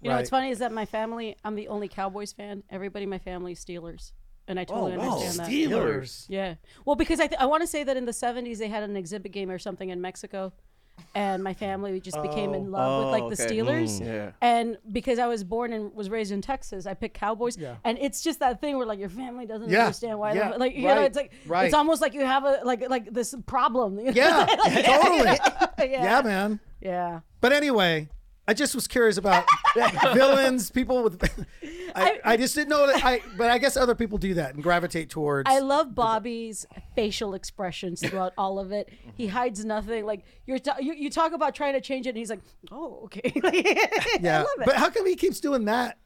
You know what's
Right.
funny is that my family, I'm the only Cowboys fan. Everybody in my family is Steelers. And I totally
Oh, wow.
understand that.
Steelers.
Yeah. Well, because I, th- I want to say that in the 70s they had an exhibit game or something in Mexico. And my family we just became in love with
Oh,
like the
okay.
Hmm.
Steelers.
Mm, yeah.
And because I was born and was raised in Texas, I picked Cowboys. And it's just that thing where like your family doesn't
Yeah.
understand why
Yeah.
they like you know
Right.
it's like
Right.
it's almost like you have a like like this problem.
Yeah, totally.
yeah.
yeah, man.
Yeah.
But anyway, I just was curious about villains, people with. I, I just didn't know that I, but I guess other people do that and gravitate towards.
I love Bobby's facial expressions throughout all of it. He hides nothing. Like you're ta- you, you talk about trying to change it, and he's like, "Oh, okay."
yeah,
I love it.
but how come he keeps doing that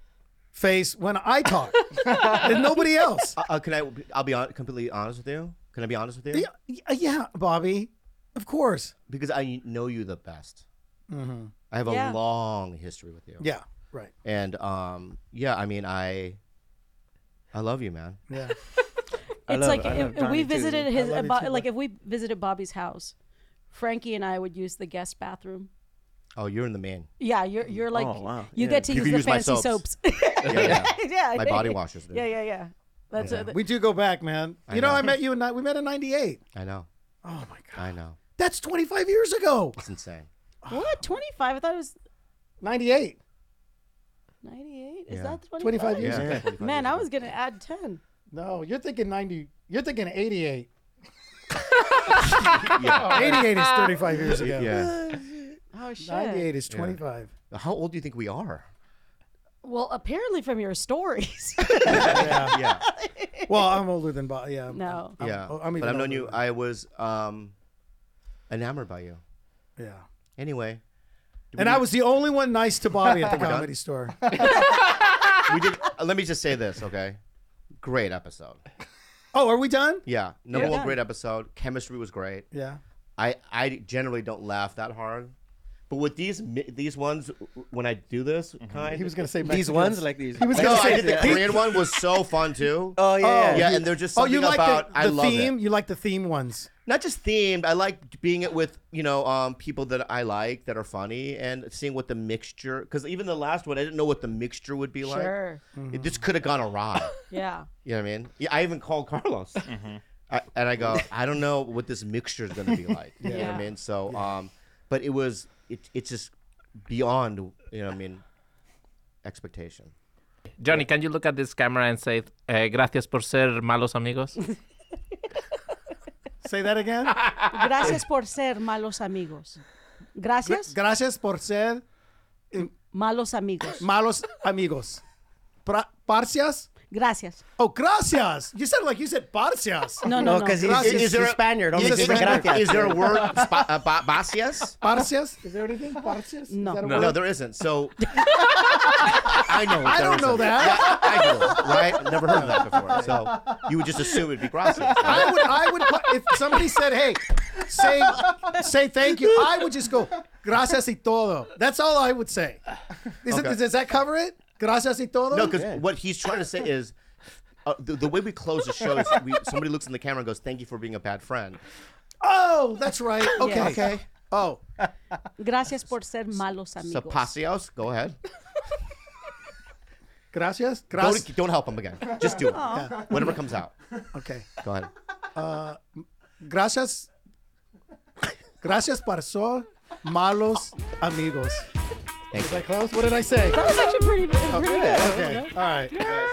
face when I talk and nobody else?
Uh, uh, can I? I'll be on, completely honest with you. Can I be honest with you?
Yeah, y- yeah, Bobby, of course.
Because I know you the best.
Mhm.
I have a
Yeah.
long history with you.
Yeah, right.
And um, yeah. I mean, I, I love you, man.
Yeah,
I
it's
love-
like
I
if,
love
if we
Donnie, too.
visited his
love you
Bo-
too,
like
bud.
if we visited Bobby's house, Frankie and I would use the guest bathroom.
Oh, you're in the man.
Yeah, you're you're like
Oh, wow.
you
Yeah.
get to
You
use
can
the
use my
fancy
soaps.
soaps.
Yeah, yeah.
yeah, I
My
think.
body washes. Dude.
Yeah, yeah, yeah. That's it.
we do go back, man. You know,
know.
I met you in ni- we met in '98.
I know.
Oh my god,
I know.
that's 25 years ago.
It's insane.
what twenty five? I thought it was
'98.
ninety eight. Is
Yeah.
that twenty
25 years
Yeah.
ago.
25
Man,
years
I
ago.
was gonna add ten. Oh,
No, you're thinking 90. You're thinking 88. Oh,
Yeah.
88 is 35 years ago.
yeah.
Oh shit.
98 is 25.
How old do you think we are?
Well, apparently from your stories.
Yeah. yeah.
Well, I'm older than Bob. Yeah. I'm-
no.
I'm-
yeah.
oh, I'm
but
even
I've known
older
you.
than-
I was um, enamored by you.
Yeah.
Anyway,
And I was the only one nice to Bobby at the
We're done?
comedy store.
we did. uh, let me just say this, okay? Great episode.
Oh, are we done?
Yeah. Number
Yeah.
one, great episode. Chemistry was great.
Yeah.
I I generally don't laugh that hard, but with these mi- these ones, when I do this
Mm-hmm.
kind,
He was going to say
These
Mexican.
ones like these.
He was
No,
gonna
I
say
did the Korean one was so fun too.
Oh yeah.
yeah, and they're just
Oh,
something
you like
about
the,
I
the
love
theme?
it.
You like the theme ones?
Not just themed. I like being it with you know um, people that I like that are funny and seeing what the mixture. Because even the last one, I didn't know what the mixture would be like.
Sure.
It just could have gone awry.
Yeah.
You know what I mean? Yeah, I even called Carlos. I, and I go, I don't know what this mixture is going to be like. You know what I
Yeah.
mean? So, um, but it was, it, it's just beyond, you know what I mean, expectation.
Johnny, can you look at this camera and say, uh, gracias por ser malos amigos?
Say that again.
Gracias por ser malos amigos. Gracias,
Gracias por ser
malos amigos.
malos amigos. Pra- Parcias?
Gracias.
Oh, gracias. You said like you said parcias.
No, no, no.
because he's,
Gracias.
he's,
Is there a-
Spaniard. Only
Is,
says
is there-
gracias.
is there a word, spa, uh, ba- basias?
Parcias? Is there anything? Parcias? Is
No.
that a
No,
word?
there isn't. So, I know.
I
there
don't know
isn't.
that.
Yeah, I know, right? I've never heard of that before. So, you would just assume it'd be gracias.
I
Right?
would, I would, put- if somebody said, "Hey, say, say thank you," I would just go, "Gracias y todo." That's all I would say. Is it,
Okay.
does that cover it? Gracias y todo.
No, because what he's trying to say is uh, the, the way we close the show is we, somebody looks in the camera and goes, "Thank you for being a bad friend."
oh, that's right. Okay, okay. Oh.
Gracias por ser malos amigos.
Sapasios, go ahead.
Gracias. Gracias.
Don't, don't help him again. Just do it.
Aw. Yeah.
Whatever comes out.
Okay.
Go ahead.
Uh, gracias. Gracias por ser malos amigos.
Thank
Was I close? What did I say?
That was actually pretty, pretty
Okay.
good.
okay. All right.